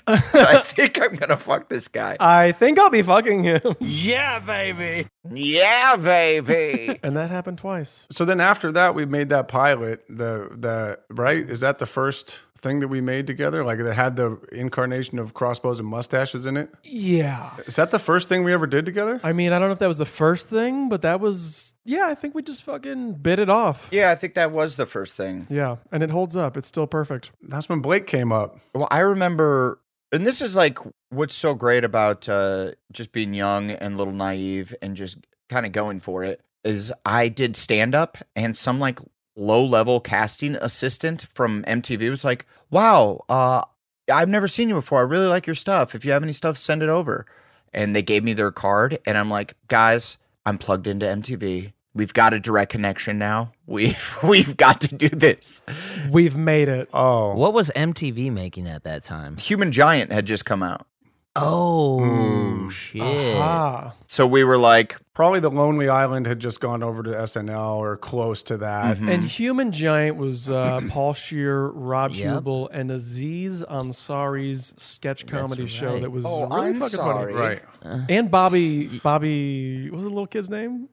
Speaker 7: I think I'm gonna fuck this guy."
Speaker 3: I think I'll be fucking him.
Speaker 12: yeah, baby.
Speaker 7: Yeah, baby.
Speaker 3: and that happened twice.
Speaker 5: So then after that, we made that pilot. The the right is that the first thing that we made together, like that had the incarnation of crossbows and mustaches in it.
Speaker 3: Yeah.
Speaker 5: Is that the first thing we ever did together?
Speaker 3: I mean, I don't know if that was the first thing, but that was, yeah, I think we just fucking bit it off.
Speaker 7: Yeah, I think that was the first thing.
Speaker 3: Yeah. And it holds up. It's still perfect.
Speaker 5: That's when Blake came up.
Speaker 7: Well, I remember, and this is like what's so great about uh, just being young and a little naive and just kind of going for it is I did stand up and some like low level casting assistant from MTV was like, wow, uh, I've never seen you before. I really like your stuff. If you have any stuff, send it over. And they gave me their card, and I'm like, guys, I'm plugged into MTV. We've got a direct connection now. We've we've got to do this.
Speaker 3: We've made it.
Speaker 5: Oh.
Speaker 6: What was MTV making at that time?
Speaker 7: Human Giant had just come out.
Speaker 6: Oh, shit.
Speaker 7: So we were like,
Speaker 5: probably the Lonely Island had just gone over to SNL or close to that.
Speaker 3: And Human Giant was uh, Paul Shear, Rob
Speaker 5: Yep.
Speaker 3: Hubel, and Aziz Ansari's sketch comedy show
Speaker 5: right.
Speaker 3: that was
Speaker 7: Oh,
Speaker 3: really
Speaker 7: I'm
Speaker 3: fucking
Speaker 7: sorry.
Speaker 3: funny.
Speaker 7: Right.
Speaker 3: And Bobby, Bobby, what was the little kid's name?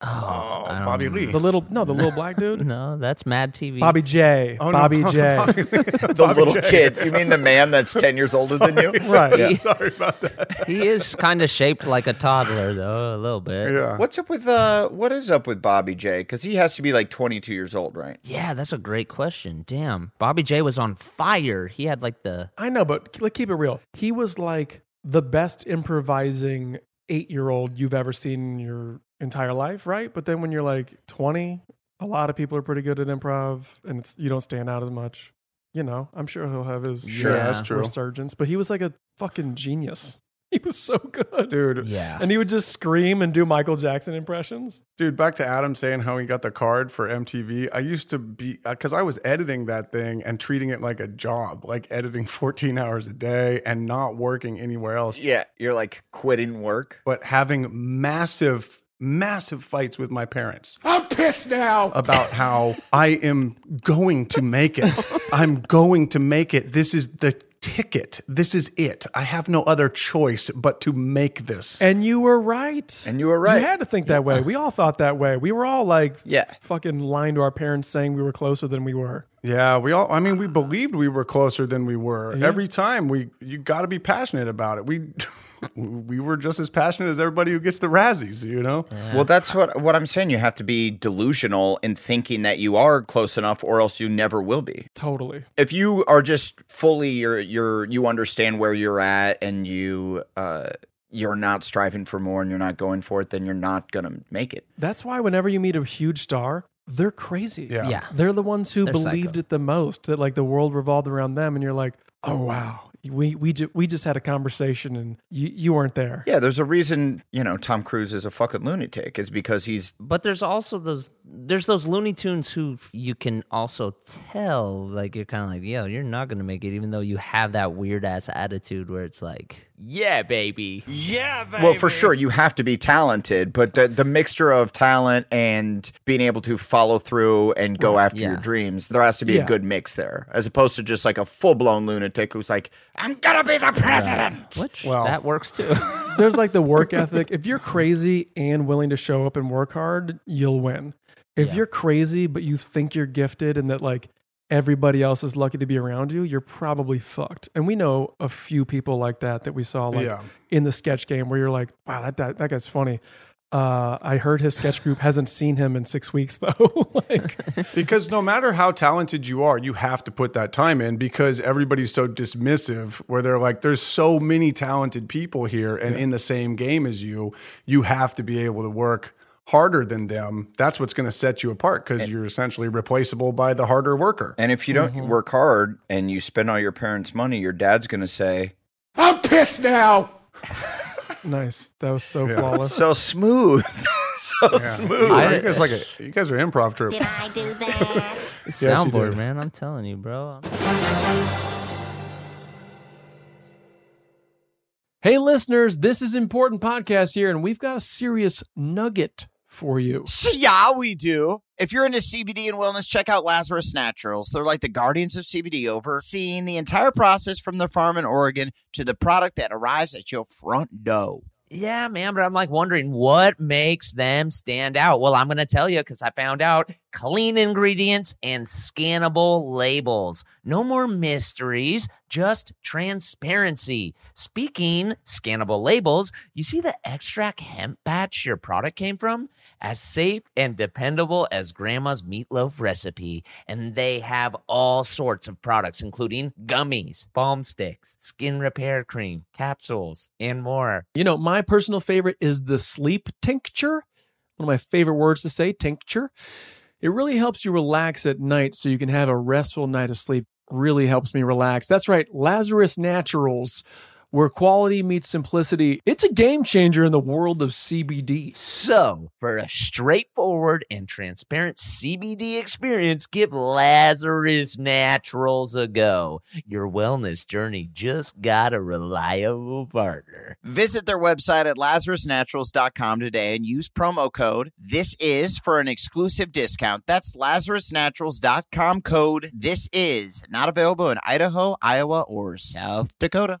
Speaker 6: Oh, I don't
Speaker 3: Bobby
Speaker 6: remember.
Speaker 3: Lee. The little- no, the little black dude.
Speaker 6: no, that's Mad TV.
Speaker 3: Bobby J.
Speaker 6: Oh, no,
Speaker 3: Bobby
Speaker 6: Bobby-
Speaker 3: J.
Speaker 6: Bobby-
Speaker 7: the
Speaker 6: Bobby
Speaker 7: little
Speaker 6: J.
Speaker 7: kid. You mean the man that's 10 years older than you?
Speaker 3: Right.
Speaker 7: Yeah.
Speaker 5: Sorry about that.
Speaker 6: he is kind of shaped like a toddler, though, a little bit.
Speaker 7: What's up with uh what is up with Bobby J? Cuz he has to be like 22 years old, right?
Speaker 6: Yeah, that's a great question. Damn. Bobby J was on fire. He had like the.
Speaker 3: I know, but let's keep it real. He was like the best improvising eight year old you've ever seen in your entire life, right? But then when you're like 20, a lot of people are pretty good at improv and it's, you don't stand out as much. You know, I'm sure he'll have his
Speaker 5: Sure, Yeah. that's true.
Speaker 3: resurgence, but he was like a fucking genius. He was so good.
Speaker 5: Dude.
Speaker 6: Yeah.
Speaker 3: And he would just scream and do Michael Jackson impressions.
Speaker 5: Dude, back to Adam saying how he got the card for MTV. I used to be because I was editing that thing and treating it like a job, like editing 14 hours a day and not working anywhere else.
Speaker 7: Yeah, you're like quitting work,
Speaker 5: but having massive, massive fights with my parents
Speaker 12: I'm pissed now.
Speaker 5: about how I am going to make it. I'm going to make it. This is the ticket. This is it. I have no other choice but to make this.
Speaker 3: And you were right.
Speaker 7: And you were
Speaker 3: You had to think that way. We all thought that way. We were all like,
Speaker 7: yeah,
Speaker 3: fucking lying to our parents saying we were closer than we were.
Speaker 5: Yeah, we all I mean we believed we were closer than we were.
Speaker 3: Yeah.
Speaker 5: Every time we you got to be passionate about it. We we were just as passionate as everybody who gets the Razzies, you know.
Speaker 7: Well, that's what what I'm saying. You have to be delusional in thinking that you are close enough, or else you never will be.
Speaker 3: Totally.
Speaker 7: If you are just fully you're you're you understand where you're at and you uh you're not striving for more and you're not going for it, then you're not gonna make it.
Speaker 3: That's why whenever you meet a huge star, they're crazy.
Speaker 7: Yeah. Yeah.
Speaker 3: They're the ones who
Speaker 7: They're
Speaker 3: believed it the most that like the world revolved around them and you're like, "Oh wow. We we ju- we just had a conversation and you you weren't there."
Speaker 7: Yeah, there's a reason, you know, Tom Cruise is a fucking lunatic, is because he's
Speaker 6: But there's also those there's those Looney Tunes who you can also tell like you're kind of like yo you're not gonna make it even though you have that weird ass attitude where it's like yeah baby
Speaker 12: yeah
Speaker 7: Well, for sure, you have to be talented, but the, the mixture of talent and being able to follow through and go after your dreams, there has to be
Speaker 3: Yeah.
Speaker 7: a good mix there, as opposed to just like a full blown lunatic who's like, I'm gonna be the president.
Speaker 6: Which that works too.
Speaker 3: There's like the work ethic. If you're crazy and willing to show up and work hard, you'll win. If you're crazy but you think you're gifted and that like everybody else is lucky to be around you, you're probably fucked. And we know a few people like that that we saw like
Speaker 12: Yeah.
Speaker 3: in the sketch game where you're like, wow, that that, that guy's funny. Uh, I heard his sketch group hasn't seen him in six weeks though. like
Speaker 5: because no matter how talented you are, you have to put that time in because everybody's so dismissive where they're like, there's so many talented people here and in the same game as you, you have to be able to work harder than them. That's what's going to set you apart
Speaker 19: Eh.
Speaker 5: because you're essentially replaceable by the harder worker.
Speaker 7: And if you don't work hard and you spend all your parents' money, your dad's gonna say,
Speaker 12: I'm pissed now.
Speaker 3: nice. That was so flawless.
Speaker 7: So smooth. so
Speaker 5: Yeah.
Speaker 7: smooth.
Speaker 5: Yeah, you guys like a, you guys are an improv troupe.
Speaker 12: Did I do that?
Speaker 5: Yes, you
Speaker 6: soundboard
Speaker 5: did.
Speaker 6: man I'm telling you bro
Speaker 3: Hey, listeners, this is Important Podcast here, and we've got a serious nugget for you.
Speaker 4: Yeah, we do. If you're into CBD and wellness, check out Lazarus Naturals. They're like the guardians of CBD, overseeing the entire process from the farm in Oregon to the product that arrives at your front door.
Speaker 18: Yeah, man, but I'm like wondering what makes them stand out. Well, I'm going to tell you because I found out clean ingredients and scannable labels. No more mysteries, just transparency. Speaking scannable labels, you see the extract hemp batch your product came from? As safe and dependable as grandma's meatloaf recipe. And they have all sorts of products, including gummies, balm sticks, skin repair cream, capsules, and more.
Speaker 3: You know, my personal favorite is the sleep tincture. One of my favorite words to say, tincture. It really helps you relax at night so you can have a restful night of sleep. Really helps me relax. That's right, Lazarus Naturals, where quality meets simplicity. It's a game changer in the world of CBD.
Speaker 18: So, for a straightforward and transparent CBD experience, give Lazarus Naturals a go. Your wellness journey just got a reliable partner.
Speaker 4: Visit their website at lazarusnaturals.com today and use promo code This Is for an exclusive discount. That's lazarusnaturals.com code This Is. Not available in Idaho, Iowa, or South Dakota.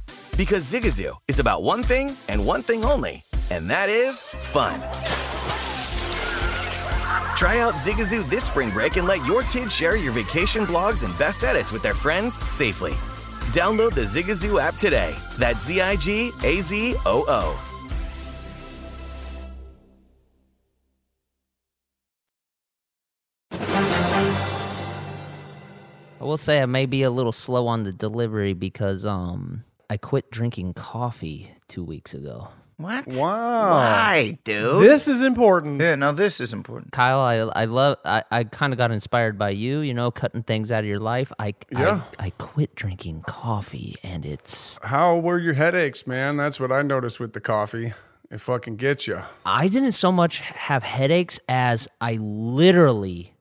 Speaker 16: Because Zigazoo is about one thing and one thing only, and that is fun. Try out Zigazoo this spring break and let your kids share your vacation blogs and best edits with their friends safely. Download the Zigazoo app today. That's Z I G A Z O O.
Speaker 6: I will say I may be a little slow on the delivery because um I quit drinking coffee two weeks ago.
Speaker 7: What?
Speaker 6: Wow.
Speaker 7: Why, dude?
Speaker 6: This
Speaker 7: is important. Yeah, no, this is important.
Speaker 6: Kyle, I I love I, I kind of got inspired by you, you know, cutting things out of your life. I,
Speaker 5: Yeah.
Speaker 6: I I quit drinking coffee and it's
Speaker 5: How were your headaches, man? That's what I noticed with the coffee. It fucking gets you.
Speaker 6: I didn't so much have headaches as I literally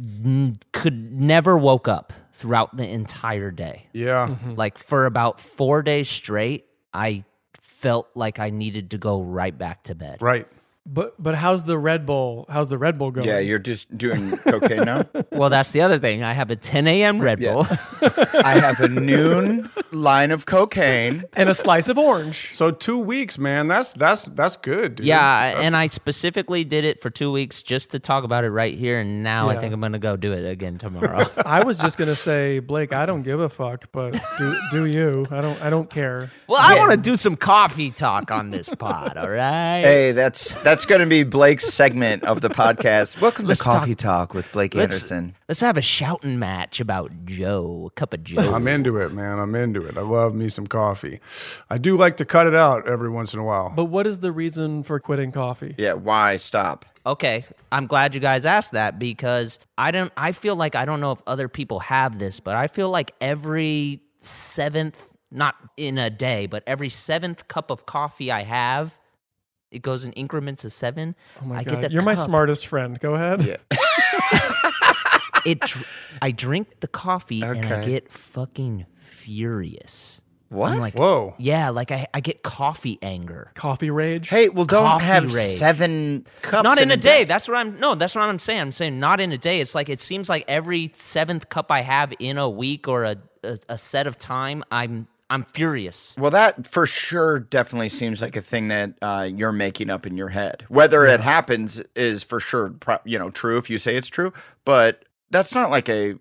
Speaker 6: n- could never woke up throughout the entire day.
Speaker 5: Yeah.
Speaker 19: Mm-hmm.
Speaker 5: Mhm.
Speaker 6: Like for about 4 days straight, I felt like I needed to go right back to bed.
Speaker 5: Right.
Speaker 3: But but how's the Red Bull? How's the Red Bull going?
Speaker 6: Yeah,
Speaker 7: you're just doing cocaine now?
Speaker 6: Well, that's the other thing. I have a 10 a.m. Red Bull.
Speaker 7: I have a noon line of cocaine
Speaker 3: and a slice of orange.
Speaker 5: So two weeks, man. That's that's that's good, dude.
Speaker 6: yeah, and I specifically did it for two weeks just to talk about it right here. And now I
Speaker 3: Yeah.
Speaker 6: think I'm going to go do it again tomorrow.
Speaker 3: I was just gonna say, Blake, I don't give a fuck, but do do you? I don't I don't care.
Speaker 6: well, I want to do some coffee talk on this pod, all right?
Speaker 7: Hey, that's that's going to be Blake's segment of the podcast. Welcome
Speaker 6: Let's
Speaker 7: to
Speaker 6: talk-
Speaker 7: Coffee Talk, with Blake
Speaker 6: let's-
Speaker 7: Anderson.
Speaker 6: Let's have a shouting match about Joe, a cup of Joe.
Speaker 5: I'm into it, man. I'm into it. I love me some coffee. I do like to cut it out every once in a while.
Speaker 3: But what is the reason for quitting coffee?
Speaker 7: Yeah, why stop?
Speaker 6: Okay, I'm glad you guys asked that because I don't I feel like I don't know if other people have this, but I feel like every 7th not in a day, but every 7th cup of coffee I have, it goes in increments of 7.
Speaker 3: Oh my
Speaker 6: I
Speaker 3: god,
Speaker 6: get that
Speaker 3: you're my
Speaker 6: cup.
Speaker 3: smartest friend. Go ahead. Yeah.
Speaker 6: It dr- I drink the coffee and I
Speaker 3: Okay.
Speaker 6: get fucking furious.
Speaker 7: What?
Speaker 6: I'm like,
Speaker 7: Whoa.
Speaker 6: Yeah, like I, I get coffee anger.
Speaker 3: Coffee rage.
Speaker 7: Hey, well, don't
Speaker 6: Coffee
Speaker 7: have
Speaker 6: rage.
Speaker 7: seven cups.
Speaker 6: not in, a day.
Speaker 7: day.
Speaker 6: That's what I'm. No, that's what I'm saying. I'm saying not in a day. It's like it seems like every seventh cup I have in a week or a a, a set of time, I'm I'm furious.
Speaker 7: Well, that for sure definitely seems like a thing that uh, you're making up in your head. Whether it happens is for sure, pro- you know, true if you say it's true, but that's not like a.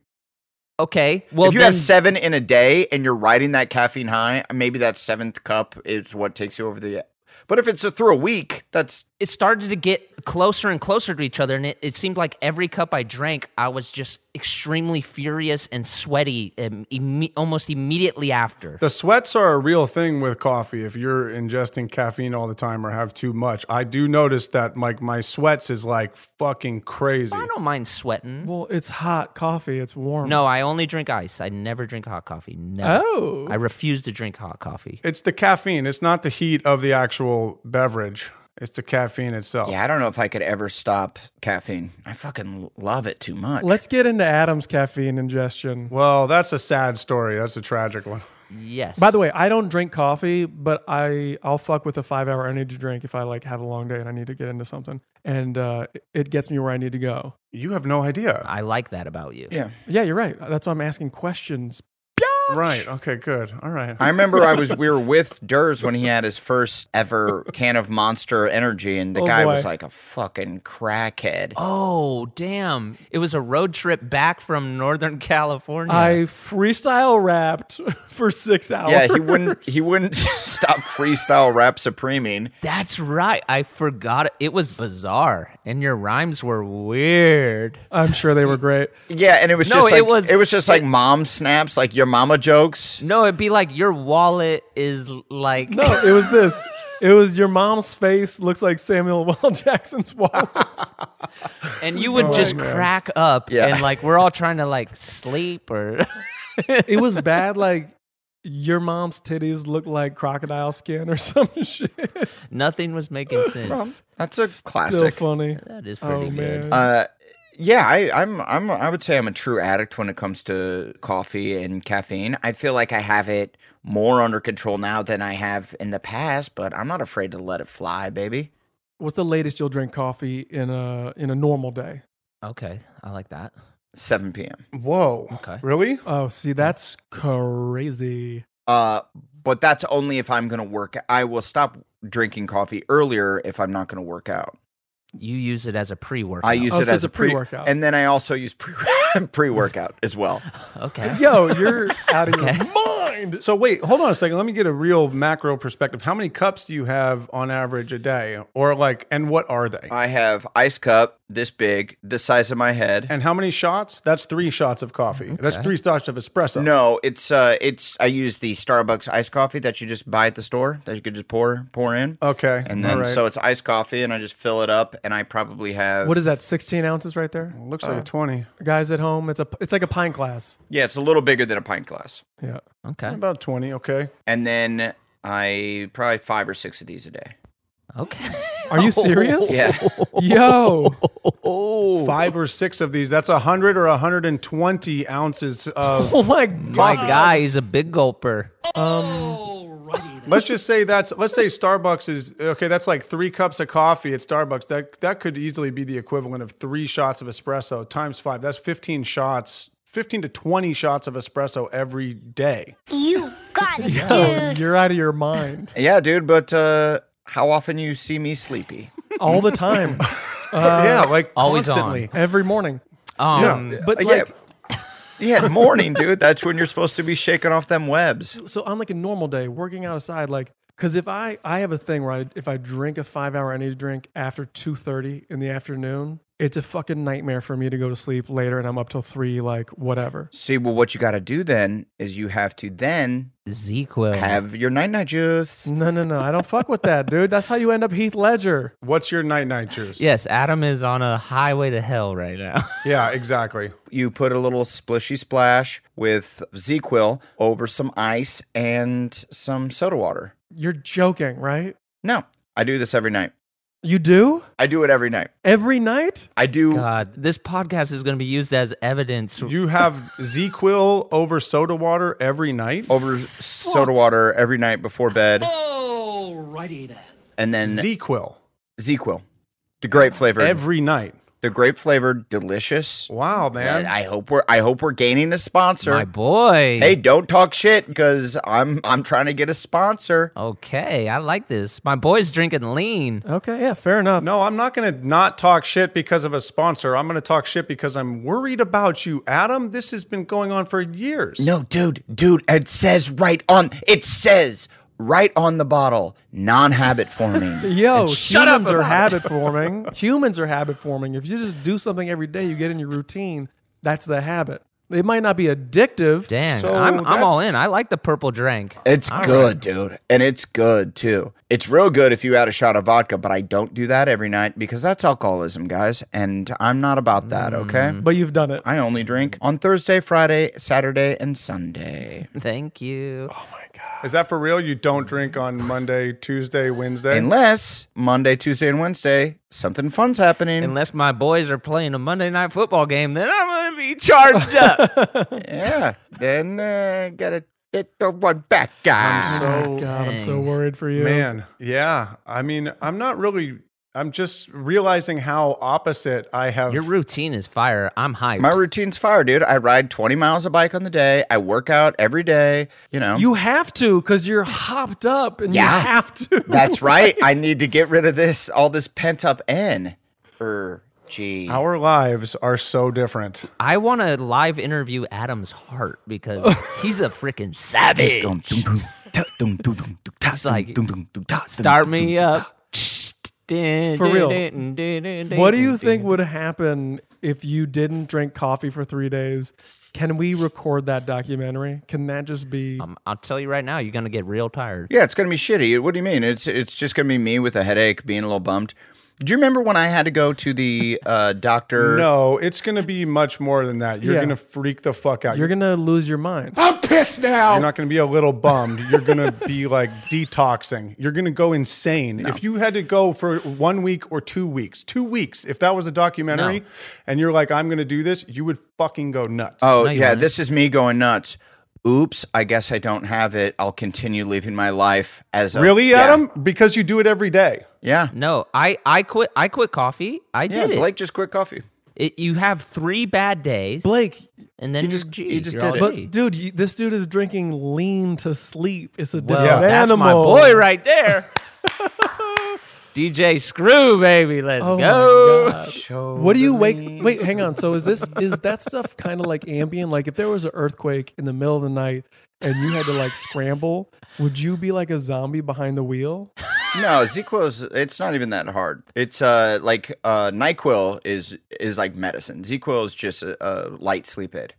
Speaker 6: Okay. Well,
Speaker 7: if you have
Speaker 6: then-
Speaker 7: seven in a day and you're riding that caffeine high, maybe that seventh cup is what takes you over the. But if it's a, through a week, that's
Speaker 6: It started to get closer and closer to each other, and it, it seemed like every cup I drank, I was just extremely furious and sweaty um, imme- almost immediately after.
Speaker 5: The sweats are a real thing with coffee. If you're ingesting caffeine all the time or have too much, I do notice that like my sweats is like fucking crazy. I
Speaker 6: don't mind sweating.
Speaker 3: Well, it's hot coffee. It's warm.
Speaker 6: No, I only drink ice. I never drink hot coffee. Never.
Speaker 3: Oh.
Speaker 6: I refuse to drink hot coffee.
Speaker 5: It's the caffeine. It's not the heat of the actual beverage. It's the caffeine
Speaker 6: Oh.
Speaker 5: itself.
Speaker 7: Yeah, I don't know if I could ever stop caffeine. I fucking love it too much.
Speaker 3: Let's get into Adam's caffeine ingestion.
Speaker 5: Well, that's a sad story. That's a tragic one.
Speaker 6: Yes.
Speaker 3: By the way, I don't drink coffee, but I I'll fuck with a five hour energy drink if I like have a long day and I need to get into something, and uh, it gets me where I need to go.
Speaker 5: You have no idea.
Speaker 6: I like that about you.
Speaker 3: Yeah, you're right. That's why I'm asking questions.
Speaker 5: Right. Okay. Good. All right.
Speaker 7: I remember I was we were with Durs when he had his first ever can of Monster Energy, and the
Speaker 6: Oh,
Speaker 7: guy
Speaker 6: boy.
Speaker 7: was like a fucking crackhead.
Speaker 6: Oh, damn. It was a road trip back from Northern California.
Speaker 3: I freestyle rapped for six hours.
Speaker 7: Yeah, he wouldn't he wouldn't stop freestyle rap supreming.
Speaker 6: That's right. I forgot. It. it was bizarre. And your rhymes were weird.
Speaker 3: I'm sure they were great.
Speaker 7: Yeah, and it was
Speaker 6: No,
Speaker 7: just like,
Speaker 6: it was-
Speaker 7: just like mom snaps, like your mama jokes.
Speaker 6: No, it'd be like your wallet is like.
Speaker 3: No, it was this. It was your mom's face looks like Samuel L. Jackson's wallet.
Speaker 6: and you would
Speaker 3: Oh,
Speaker 6: just
Speaker 3: man.
Speaker 6: crack up.
Speaker 3: Yeah.
Speaker 6: And like, we're all trying to like sleep or.
Speaker 3: it was bad. Like your mom's titties look like crocodile skin or some shit.
Speaker 6: Nothing was making sense.
Speaker 7: Well, that's a classic.
Speaker 3: Still funny.
Speaker 6: That is
Speaker 3: Oh,
Speaker 6: pretty good.
Speaker 3: man.
Speaker 7: Uh, yeah, I, I'm I'm I would say I'm a true addict when it comes to coffee and caffeine. I feel like I have it more under control now than I have in the past, but I'm not afraid to let it fly, baby.
Speaker 3: What's the latest you'll drink coffee in a in a normal day?
Speaker 6: Uh, Okay, I like that.
Speaker 7: 7 p.m.
Speaker 5: Whoa.
Speaker 6: Okay.
Speaker 5: Really?
Speaker 3: Oh, see, that's crazy.
Speaker 7: Uh, but that's only if I'm going to work. I will stop drinking coffee earlier if I'm not going to work out.
Speaker 6: You use it as a pre workout.
Speaker 7: I use it as a pre
Speaker 3: pre-workout.
Speaker 7: and then I also use pre pre workout as well.
Speaker 6: Okay.
Speaker 3: Yo, you're out of your
Speaker 5: mind. So wait, hold on a second. Let me get a real macro perspective. How many cups do you have on average a day, or like, and what are they?
Speaker 7: I have ice cup this big, the size of my head.
Speaker 5: And how many shots? That's three shots of coffee. That's
Speaker 7: Okay.
Speaker 5: three shots of espresso.
Speaker 7: No, it's uh, it's I use the Starbucks iced coffee that you just buy at the store that you could just pour pour in,
Speaker 5: Okay.
Speaker 7: and then
Speaker 5: all right.
Speaker 7: so it's iced coffee, and I just fill it up, and I probably have
Speaker 3: What is that? 16 ounces right there.
Speaker 5: Looks
Speaker 7: like a Uh,
Speaker 5: 20.
Speaker 3: Guys at home, it's a it's like a pint glass.
Speaker 7: Yeah, it's a little bigger than a pint glass,
Speaker 3: Yeah.
Speaker 6: Okay.
Speaker 5: About 20. Okay.
Speaker 7: and then I probably five or six of these a day.
Speaker 6: Okay.
Speaker 3: Are you serious?
Speaker 7: Yeah.
Speaker 3: Yo.
Speaker 5: Five or six of these. That's 100 or 120 ounces of.
Speaker 3: Oh my
Speaker 6: My guy, he's a big gulper.
Speaker 3: Um,
Speaker 5: Let's just say that's let's say Starbucks is okay. That's like three cups of coffee at Starbucks. That that could easily be the equivalent of three shots of espresso times five. That's fifteen shots, fifteen to twenty shots of espresso every day.
Speaker 20: You got it,
Speaker 3: Yo,
Speaker 16: Oh,
Speaker 3: you're out of your mind
Speaker 7: Yeah, dude, but uh, how often you see me sleepy?
Speaker 3: all the time.
Speaker 7: Yeah, like, Uh, Always
Speaker 3: constantly.
Speaker 7: constantly.
Speaker 3: every morning.
Speaker 7: Um, Yeah,
Speaker 3: but
Speaker 7: uh, yeah.
Speaker 3: like,
Speaker 7: yeah, morning, dude. That's when you're supposed to be shaking off them webs.
Speaker 3: so on like a normal day working outside like because if i i have a thing where I, if i drink a five hour energy drink after 2.30 in the afternoon it's a fucking nightmare for me to go to sleep later and i'm up till three like whatever
Speaker 7: See, well, what you got to do then is you have to then
Speaker 6: Zequel
Speaker 7: have your night night juice.
Speaker 3: no no no i don't fuck with that dude that's how you end up heath ledger
Speaker 5: What's your night night juice?
Speaker 6: Yes, Adam is on a highway to hell right now.
Speaker 5: Yeah, exactly.
Speaker 7: You put a little splishy splash with ZQL over some ice and some soda water.
Speaker 3: you're joking right
Speaker 7: No, I do this every night.
Speaker 3: you do
Speaker 7: I do it every night.
Speaker 3: every night
Speaker 7: I do.
Speaker 6: God, this podcast is going to be used as evidence.
Speaker 5: You have ZQL over soda water every night.
Speaker 7: Over soda water every night before bed,
Speaker 17: Alrighty then.
Speaker 7: and then
Speaker 5: ZQL.
Speaker 7: ZQL, the grape flavor
Speaker 5: every night.
Speaker 7: The grape flavored, delicious.
Speaker 5: Wow, man!
Speaker 7: I hope we're I hope we're gaining a sponsor.
Speaker 6: My boy.
Speaker 7: Hey, don't talk shit because I'm I'm trying to get a sponsor.
Speaker 6: Okay, I like this. My boy's drinking lean.
Speaker 3: Okay, yeah, fair enough.
Speaker 5: No, I'm not going to not talk shit because of a sponsor. I'm going to talk shit because I'm worried about you, Adam. This has been going on for years.
Speaker 7: No, dude, dude, it says right on it says right on the bottle, non-habit forming.
Speaker 3: Yo,
Speaker 7: And shut
Speaker 3: humans
Speaker 7: up
Speaker 3: are
Speaker 7: about it.
Speaker 3: habit forming. humans are habit forming. If you just do something every day, you get in your routine. That's the habit. It might not be addictive.
Speaker 6: Dang, I'm, I'm all in. I like the purple drink.
Speaker 7: It's
Speaker 6: All
Speaker 7: good,
Speaker 6: right.
Speaker 7: dude. And it's good too. It's real good if you add a shot of vodka, but I don't do that every night because that's alcoholism, guys. And I'm not about that,
Speaker 6: Mm.
Speaker 7: okay?
Speaker 3: But you've done it.
Speaker 7: I only drink on Thursday, Friday, Saturday, and Sunday.
Speaker 6: Thank you. Oh
Speaker 3: my
Speaker 5: Is that for real? You don't drink on Monday, Tuesday, Wednesday?
Speaker 7: Unless Monday, Tuesday, and Wednesday, something fun's happening.
Speaker 6: Unless my boys are playing a Monday night football game, then I'm going to be charged up.
Speaker 7: yeah, then uh, gotta get the one back, guy.
Speaker 5: I'm so
Speaker 3: God, I'm so worried for you.
Speaker 5: man. Yeah, I mean, I'm not really I'm just realizing how opposite I have.
Speaker 6: Your routine is fire. I'm hyped.
Speaker 7: My routine's fire, dude. I ride 20 miles a bike on the day. I work out every day. You know,
Speaker 3: You have to because you're hopped up and
Speaker 7: Yeah.
Speaker 3: you have to.
Speaker 7: that's right. I need to get rid of this, all this pent up N. Er, gee.
Speaker 5: Our lives are so different.
Speaker 6: I want to live interview Adam's heart because he's a freaking savage. He's like, start me up.
Speaker 3: For real. What do you think would happen if you didn't drink coffee for three days? Can we record that documentary? Can that just be?
Speaker 7: Um,
Speaker 6: I'll tell you right now, you're gonna get real tired.
Speaker 7: Yeah, it's gonna be shitty. What do you mean? It's it's just gonna be me with a headache, being a little bummed. Do you remember when I had to go to the uh, doctor?
Speaker 5: No, it's going to be much more than that. You're
Speaker 7: Yeah.
Speaker 5: going to freak the fuck out.
Speaker 3: You're
Speaker 5: You're,
Speaker 3: gonna lose your mind.
Speaker 5: I'm pissed now. You're not going to be a little bummed. You're going to be like detoxing. You're going to go insane. If you had to go for one week or two weeks, two weeks, if that was a documentary
Speaker 7: No.
Speaker 5: and you're like, I'm going to do this, you would fucking go nuts.
Speaker 7: Oh yeah, this is me going nuts. Oops, I guess I don't have it. I'll continue living my life as a,
Speaker 5: Really,
Speaker 7: Yeah.
Speaker 5: Adam? Because you do it every day.
Speaker 7: Yeah.
Speaker 6: No, I I quit. I quit coffee. I
Speaker 7: Yeah,
Speaker 6: did it.
Speaker 7: Blake just quit coffee.
Speaker 6: It- you have three bad days,
Speaker 3: Blake,
Speaker 6: and then you just
Speaker 3: But dude, you, this dude is drinking lean to sleep. It's a
Speaker 6: Well,
Speaker 3: different
Speaker 6: that's
Speaker 3: animal.
Speaker 6: my boy right there. DJ Screw, baby, let's
Speaker 3: Oh my
Speaker 6: go.
Speaker 3: God. What do you wake? Wait, hang on. So is this is that stuff kind of like ambient? Like if there was an earthquake in the middle of the night and you had to like scramble, would you be like a zombie behind the wheel?
Speaker 7: No, Zequil's it's not even that hard. It's uh like uh NyQuil is is like medicine. Zequil is just a, a light sleep aid.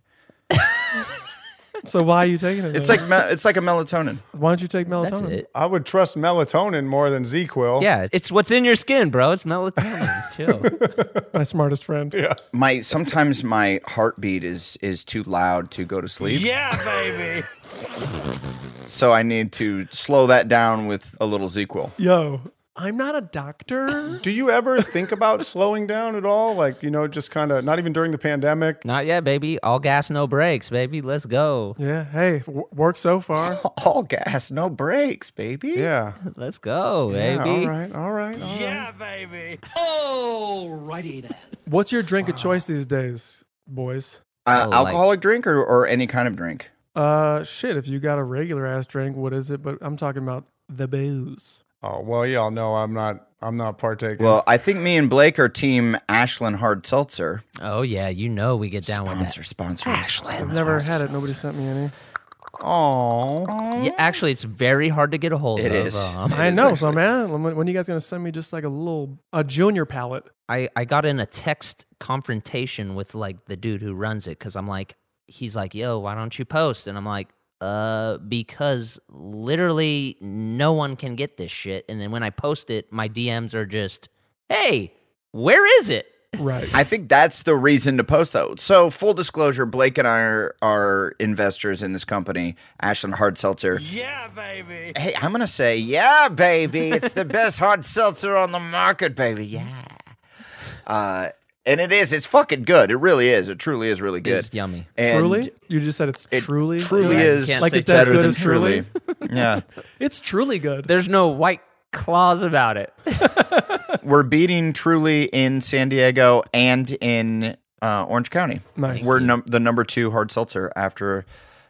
Speaker 3: So why are you taking it?
Speaker 7: It's
Speaker 3: then?
Speaker 7: like me- it's like a melatonin.
Speaker 3: why don't you take melatonin?
Speaker 5: I would trust melatonin more than ZQL.
Speaker 6: Yeah, it's what's in your skin, bro. It's melatonin. Chill.
Speaker 3: My smartest friend.
Speaker 5: Yeah.
Speaker 7: My sometimes my heartbeat is is too loud to go to sleep.
Speaker 6: baby.
Speaker 7: So I need to slow that down with a little ZQL.
Speaker 3: Yo, I'm not a doctor.
Speaker 5: Do you ever think about slowing down at all? Like, you know, just kind of not even during the pandemic.
Speaker 6: Not yet, baby. All gas, no brakes, baby. Let's go.
Speaker 3: Yeah. Hey, w- work so far.
Speaker 7: All gas, no brakes, baby.
Speaker 5: Yeah.
Speaker 6: Let's go,
Speaker 5: Yeah,
Speaker 6: baby.
Speaker 5: all right. All right. all right.
Speaker 13: baby. Alrighty then.
Speaker 3: What's your drink of choice these days, boys?
Speaker 7: Uh,
Speaker 3: Oh, like-
Speaker 7: alcoholic drink or, or any kind of drink?
Speaker 3: Uh, shit. If you got a regular ass drink, what is it? But I'm talking about the booze.
Speaker 5: Oh well, y'all know I'm not. I'm not partaking.
Speaker 7: Well, I think me and Blake are team Ashland Hard Seltzer.
Speaker 6: Oh yeah, you know we get down with
Speaker 7: that. Sponsor, sponsor.
Speaker 3: I've never had it. Nobody sent me any.
Speaker 7: Oh.
Speaker 6: Yeah, actually, it's very hard to get a hold
Speaker 7: It
Speaker 6: of.
Speaker 7: is.
Speaker 6: um,
Speaker 3: I know, so man. When when you guys gonna send me just like a little a junior palette?
Speaker 6: I, I got in a text confrontation with like the dude who runs it because I'm like, he's like, yo, why don't you post? And I'm like, uh, because literally no one can get this shit. And then when I post it, my DMs are just, hey, where is it?
Speaker 3: Right.
Speaker 7: I think that's the reason to post though. So full disclosure, Blake and I are, are investors in this company, Ashland Hard Seltzer.
Speaker 13: Yeah, baby.
Speaker 7: Hey, I'm gonna say, yeah, baby, it's the best hard seltzer on the market, baby. Yeah. Uh, and it is. It's fucking good. It really is. It truly is really good.
Speaker 6: It's yummy.
Speaker 7: And
Speaker 3: truly? You just said it's truly.
Speaker 7: Truly is
Speaker 3: like it's as good as truly.
Speaker 7: yeah.
Speaker 3: It's truly good.
Speaker 6: There's no white claws about it.
Speaker 7: We're beating truly in San Diego and in uh, Orange County.
Speaker 3: Nice.
Speaker 7: We're num- the number two hard seltzer after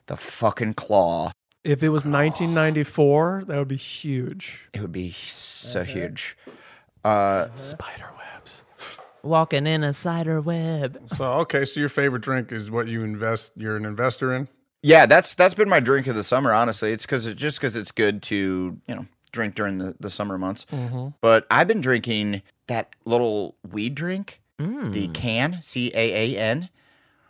Speaker 7: the fucking claw.
Speaker 3: If it was 1994, that would be huge.
Speaker 7: It would be so huge. Uh,
Speaker 3: Spider webs.
Speaker 6: Walking in a cider web.
Speaker 5: So okay, so your favorite drink is what you invest. You're an investor in.
Speaker 7: Yeah, that's that's been my drink of the summer. Honestly, it's because it just because it's good to you know drink during the, the summer months.
Speaker 3: Mhm.
Speaker 7: But I've been drinking that little weed drink, the can C A A N.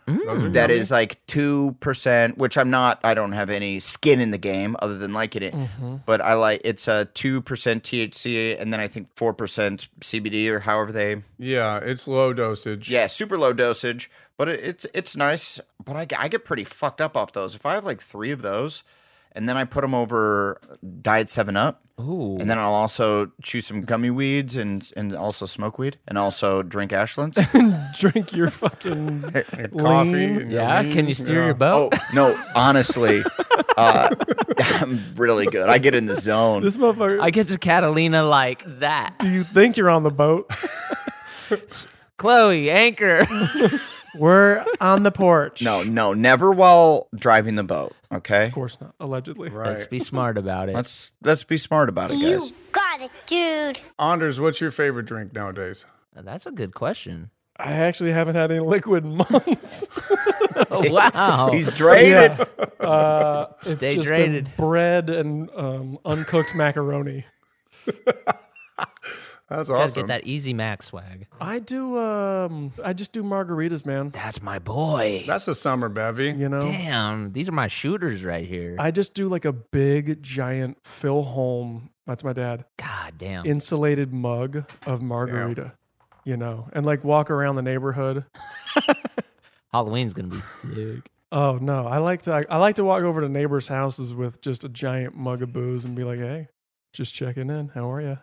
Speaker 5: Those are
Speaker 7: That
Speaker 5: yummy.
Speaker 7: is uh, like two percent, which I'm not. I don't have any skin in the game other than liking it.
Speaker 3: Mhm.
Speaker 7: But I like it's a two percent THC and then I think four percent CBD or however they
Speaker 5: Yeah, it's low dosage.
Speaker 7: yeah, super low dosage, but it, it's it's nice. But I, get- I get pretty fucked up off those. If I have like three of those, and then I put them over Diet Seven Up,
Speaker 6: Ooh.
Speaker 7: And then I'll also chew some gummy weeds and and also smoke weed and also drink Ashlands.
Speaker 3: Drink your fucking
Speaker 7: coffee
Speaker 3: lean.
Speaker 7: and Yeah, lean, can you steer yeah. your
Speaker 6: Oh,
Speaker 7: boat? Oh, no, honestly, uh, I'm really good. I get in the zone.
Speaker 3: This
Speaker 7: Oh.
Speaker 3: motherfucker.
Speaker 6: I get to Catalina like that.
Speaker 3: Do you think you're on the boat?
Speaker 6: Chloe, anchor.
Speaker 3: We're on the porch.
Speaker 7: No, no, never while driving the boat. Okay. Of
Speaker 3: course not. Allegedly.
Speaker 6: Let's be smart about it.
Speaker 7: Let's let's be smart about it, guys.
Speaker 2: You got it, dude.
Speaker 5: Anders, what's your favorite drink nowadays?
Speaker 6: That's a good question.
Speaker 3: I actually haven't had any liquid in months.
Speaker 6: Oh, wow.
Speaker 7: He's drained.
Speaker 3: Yeah. Uh, it's
Speaker 6: Stay
Speaker 3: just
Speaker 6: drained.
Speaker 3: been bread and um, uncooked macaroni.
Speaker 5: That's
Speaker 6: Gotta
Speaker 5: awesome.
Speaker 6: get that Easy Mac swag.
Speaker 3: I do. Um, I just do margaritas, man.
Speaker 6: That's my boy.
Speaker 5: That's a summer bevy.
Speaker 3: You know,
Speaker 6: Damn, these are my shooters right here.
Speaker 3: I just do like a big, giant Phil Holm. That's my dad.
Speaker 6: God damn.
Speaker 3: Insulated mug of margarita. You know, and like walk around the neighborhood.
Speaker 6: Halloween's gonna be sick.
Speaker 3: Oh no, I like to. I, I like to walk over to neighbors' houses with just a giant mug of booze and be like, "Hey, just checking in. How are you?"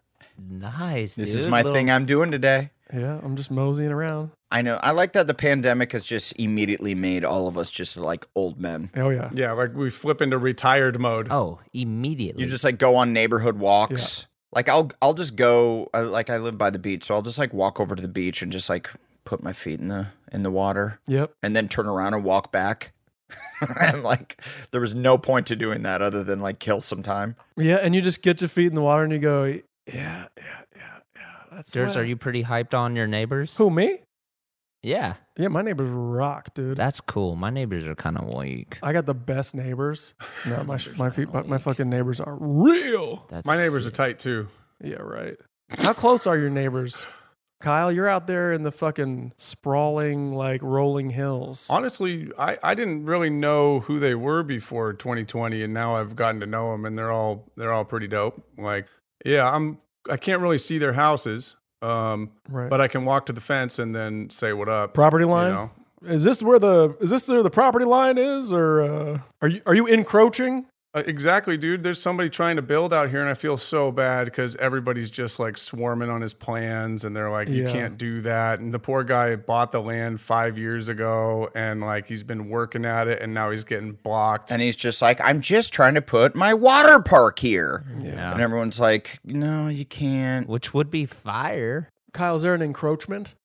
Speaker 6: Nice.
Speaker 7: This is
Speaker 6: dude.
Speaker 7: my
Speaker 6: Little-
Speaker 7: thing I'm doing today.
Speaker 3: Yeah, I'm just moseying around.
Speaker 7: I know. I like that the pandemic has just immediately made all of us just like old men.
Speaker 3: Oh yeah.
Speaker 5: Yeah, like we flip into retired mode.
Speaker 6: Oh, immediately.
Speaker 7: You just like go on neighborhood walks. Like I'll I'll just go I, like I live by the beach, so I'll just like walk over to the beach and just like put my feet in the in the water.
Speaker 3: Yep.
Speaker 7: And then turn around and walk back. and like there was no point to doing that other than like kill some time.
Speaker 3: Yeah, and you just get your feet in the water and you go, "Yeah, yeah, yeah, yeah." That's
Speaker 6: Durs,
Speaker 3: what-
Speaker 6: are you pretty hyped on your neighbors?
Speaker 3: Who me?
Speaker 6: Yeah,
Speaker 3: Yeah, my neighbors rock, dude.
Speaker 6: that's cool. My neighbors are kind of weak.
Speaker 3: I got the best neighbors. No, my my pe- my, my fucking neighbors are real.
Speaker 6: That's
Speaker 5: My neighbors are tight too.
Speaker 3: Yeah, right. How close are your neighbors? Kyle, you're out there in the fucking sprawling, like rolling hills.
Speaker 5: Honestly, I, I didn't really know who they were before 2020, and now I've gotten to know them, and they're all they're all pretty dope. Like, yeah, I'm I can't really see their houses, um,
Speaker 3: Right.
Speaker 5: but I can walk to the fence and then say what up.
Speaker 3: Property
Speaker 5: you
Speaker 3: line?
Speaker 5: know?
Speaker 3: Is this where the is this where the property line is, or uh, are you are you encroaching?
Speaker 5: Uh, exactly, dude. There's somebody trying to build out here, and I feel so bad because everybody's just like swarming on his plans, and they're like, "You
Speaker 3: Yeah.
Speaker 5: can't do that." And the poor guy bought the land five years ago, and like he's been working at it, and now he's getting blocked.
Speaker 7: And he's just like, I'm just trying to put my water park here.
Speaker 6: Yeah.
Speaker 7: And everyone's like, No, you can't.
Speaker 6: Which would be fire.
Speaker 3: Kyle, is there an encroachment?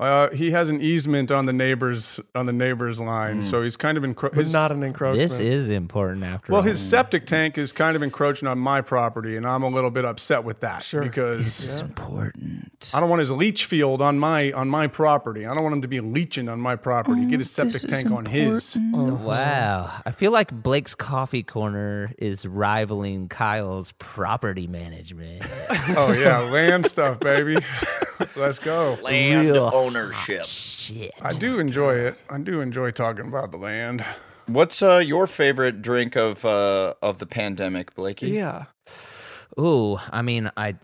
Speaker 5: Uh, he has an easement on the neighbors on the neighbors line, so he's kind of encro-
Speaker 3: But
Speaker 5: his,
Speaker 3: not an encroachment.
Speaker 6: This is important after
Speaker 5: well.
Speaker 6: all.
Speaker 5: His septic tank is kind of encroaching on my property, and I'm a little bit upset with that
Speaker 3: Sure.
Speaker 5: because
Speaker 7: important.
Speaker 5: I don't want his leach field on my on my property. I don't want him to be leaching on my property. Get his septic tank on his.
Speaker 7: Oh,
Speaker 6: Wow. I feel like Blake's coffee corner is rivaling Kyle's property management.
Speaker 5: Oh yeah, land stuff, baby. Let's go.
Speaker 7: Land
Speaker 6: Real.
Speaker 7: ownership.
Speaker 6: Shit.
Speaker 5: I do enjoy it. I do enjoy talking about the land.
Speaker 7: What's uh, your favorite drink of uh, of the pandemic, Blakey?
Speaker 3: yeah.
Speaker 6: Ooh, I mean, I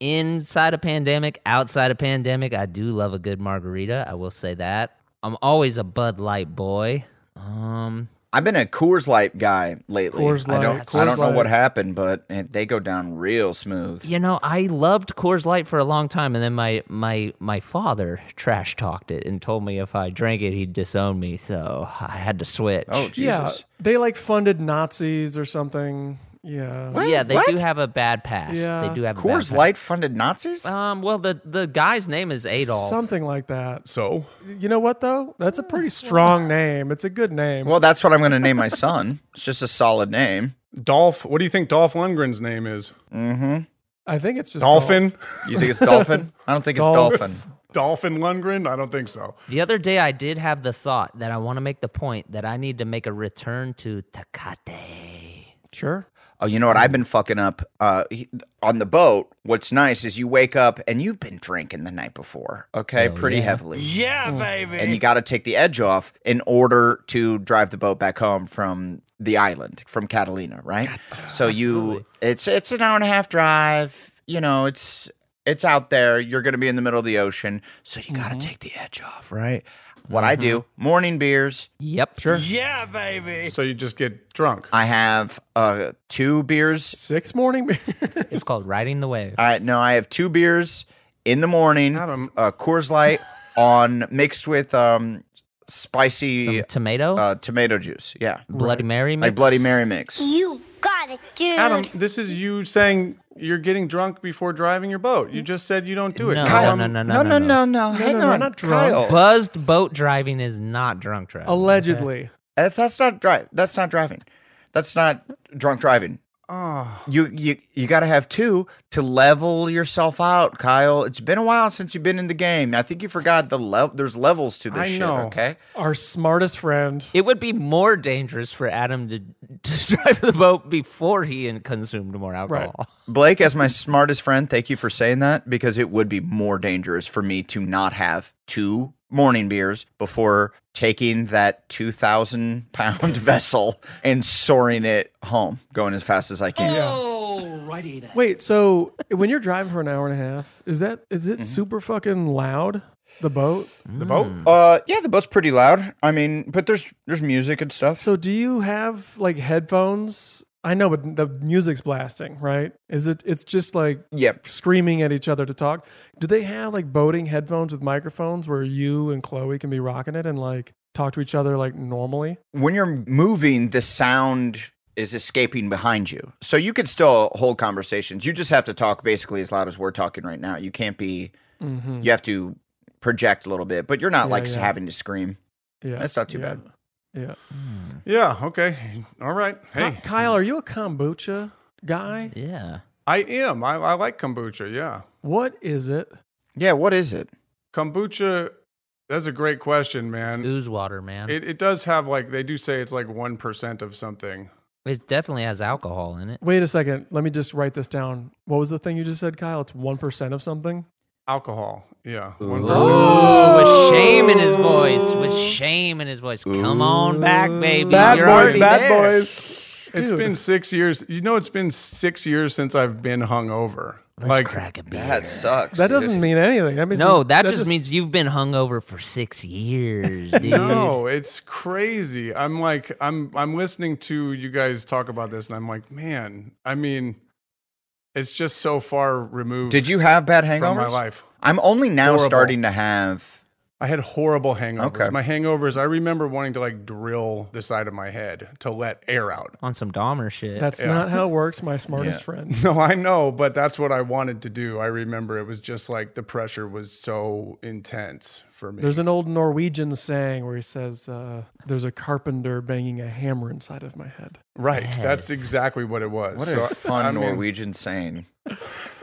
Speaker 6: inside a pandemic, outside a pandemic, I do love a good margarita. I will say that. I'm always a Bud Light boy. Um,
Speaker 7: I've been a Coors Light guy lately.
Speaker 3: Coors
Speaker 7: I don't,
Speaker 3: Light,
Speaker 7: I don't
Speaker 3: Coors
Speaker 7: know what
Speaker 3: Light.
Speaker 7: happened, but it, they go down real smooth.
Speaker 6: you know, I loved Coors Light for a long time, and then my my my father trash talked it and told me if I drank it, he'd disown me. So I had to switch.
Speaker 7: Oh Jesus!
Speaker 3: Yeah, they like funded Nazis or something. Yeah.
Speaker 6: yeah, they do
Speaker 7: What?
Speaker 6: have a bad past.
Speaker 3: Yeah.
Speaker 6: They do have a bad
Speaker 7: Coors Light funded Nazis.
Speaker 6: past. Um, well, the the guy's name is Adolf.
Speaker 3: Something like that.
Speaker 5: So
Speaker 3: You know what though? That's a pretty strong name. It's a good name.
Speaker 7: well, that's what I'm going to name my son. It's just a solid name.
Speaker 5: Dolph, what do you think Dolph Lundgren's name is?
Speaker 7: Mm-hmm.
Speaker 3: I think it's just
Speaker 5: Dolphin.
Speaker 7: You think it's dolphin? I don't think it's
Speaker 3: Dolph.
Speaker 7: dolphin.
Speaker 5: Dolphin Lundgren? I don't think so.
Speaker 6: The other day, I did have the thought that I want to make the point that I need to make a return to Takate.
Speaker 3: Sure.
Speaker 7: Oh, you know what? I've been fucking up uh, he- on the boat. What's nice is you wake up and you've been drinking the night before, okay,
Speaker 6: Oh,
Speaker 7: pretty
Speaker 6: yeah.
Speaker 7: heavily.
Speaker 21: Yeah, baby.
Speaker 7: and you got to take the edge off in order to drive the boat back home from the island from Catalina, right? so you, it's it's an hour and a half drive. You know, it's It's out there. You're going to be in the middle of the ocean. So you got to take the edge off, right? What I do, morning beers.
Speaker 6: Yep.
Speaker 7: Sure.
Speaker 22: Yeah, baby.
Speaker 7: So you just get drunk. I have uh two beers.
Speaker 3: Six morning beers.
Speaker 6: it's called riding the wave.
Speaker 7: All right, no, I have two beers in the morning. Uh, Coors Light on mixed with um spicy
Speaker 6: tomato
Speaker 7: uh, tomato juice. Yeah,
Speaker 6: Bloody Mary
Speaker 7: like
Speaker 6: mix?
Speaker 7: Bloody Mary mix.
Speaker 4: You got it, dude.
Speaker 5: Adam, this is you saying you're getting drunk before driving your boat. You just said you don't do it.
Speaker 6: No,
Speaker 5: Kyle,
Speaker 6: no, no, no,
Speaker 5: I'm-
Speaker 6: no, no,
Speaker 7: no.
Speaker 5: Hang on, Kyle.
Speaker 6: Buzzed boat driving is not drunk driving.
Speaker 7: Allegedly, that's, that's not drive. That's not driving. That's not drunk driving.
Speaker 5: Oh.
Speaker 7: You you you got to have two to level yourself out, Kyle. It's been a while since you've been in the game. I think you forgot the level. There's levels to this
Speaker 3: I
Speaker 7: shit.
Speaker 3: know.
Speaker 7: Okay.
Speaker 3: Our smartest friend.
Speaker 6: It would be more dangerous for Adam to, to drive the boat before he in- consumed more alcohol.
Speaker 7: Blake, as my smartest friend, thank you for saying that because it would be more dangerous for me to not have two morning beers before taking that 2,000 pound vessel and soaring it home, going as fast as I can.
Speaker 22: Alrighty then.
Speaker 3: Wait, so when you're driving for an hour and a half, is that is
Speaker 7: Mm-hmm.
Speaker 3: it super fucking loud? The boat?
Speaker 7: The boat? Uh, yeah, the boat's pretty loud. I mean, but there's there's music and stuff.
Speaker 3: So do you have like headphones? I know, but the music's blasting, right? Is it? It's just like
Speaker 7: yep.
Speaker 3: screaming at each other to talk. Do they have like boating headphones with microphones where you and Chloe can be rocking it and like talk to each other like normally?
Speaker 7: When you're moving, the sound is escaping behind you. So you could still hold conversations. You just have to talk basically as loud as we're talking right now. You can't be
Speaker 3: Mm-hmm.
Speaker 7: you have to project a little bit, but you're not
Speaker 5: Yeah,
Speaker 7: like
Speaker 5: yeah.
Speaker 7: having to scream.
Speaker 3: Yeah,
Speaker 7: that's not too
Speaker 3: yeah.
Speaker 7: bad.
Speaker 3: Yeah.
Speaker 5: Yeah. Okay. All right.
Speaker 3: Ky-
Speaker 5: Hey,
Speaker 3: Kyle, are you a kombucha guy?
Speaker 6: Yeah.
Speaker 5: I am. I, I like kombucha. Yeah.
Speaker 3: What is it?
Speaker 7: Yeah. What is it?
Speaker 5: Kombucha. That's a great question, man.
Speaker 6: Ooze water, man. It,
Speaker 5: It, it does have like they do say it's like one percent of something.
Speaker 6: definitely has alcohol in it.
Speaker 3: Wait a second. Let me just write this down. What was the thing you just said, Kyle? It's one percent of something.
Speaker 5: Alcohol. Yeah.
Speaker 6: Ooh,
Speaker 5: 1%.
Speaker 6: with shame in his voice. With shame in his voice. Come on back, baby. You're already there.
Speaker 5: boys. It's been six years. You know, it's been six years since I've been hungover. like crack
Speaker 6: a
Speaker 7: That sucks.
Speaker 3: That doesn't mean anything. That means
Speaker 6: No, that, just,
Speaker 3: means.
Speaker 6: means you've been hungover for six years, dude.
Speaker 5: No, it's crazy. I'm like, I'm, I'm listening to you guys talk about this, and I'm like, man. I mean, it's just so far removed.
Speaker 7: Did you have bad hangovers?
Speaker 5: From my life.
Speaker 7: I'm only now
Speaker 5: Horrible.
Speaker 7: starting to have.
Speaker 5: I had horrible hangovers.
Speaker 7: Okay.
Speaker 5: My hangovers, I remember wanting to like drill the side of my head to let air out.
Speaker 6: On some Dahmer shit.
Speaker 3: That's
Speaker 5: Yeah.
Speaker 3: not how it works, my smartest friend.
Speaker 5: No, I know, but that's what I wanted to do. I remember it was just like the pressure was so intense for me.
Speaker 3: There's an old Norwegian saying where he says, uh, "There's a carpenter banging a hammer inside of my head."
Speaker 5: right. That's exactly what it was.
Speaker 7: What
Speaker 5: So,
Speaker 7: a fun
Speaker 5: I mean,
Speaker 7: Norwegian saying.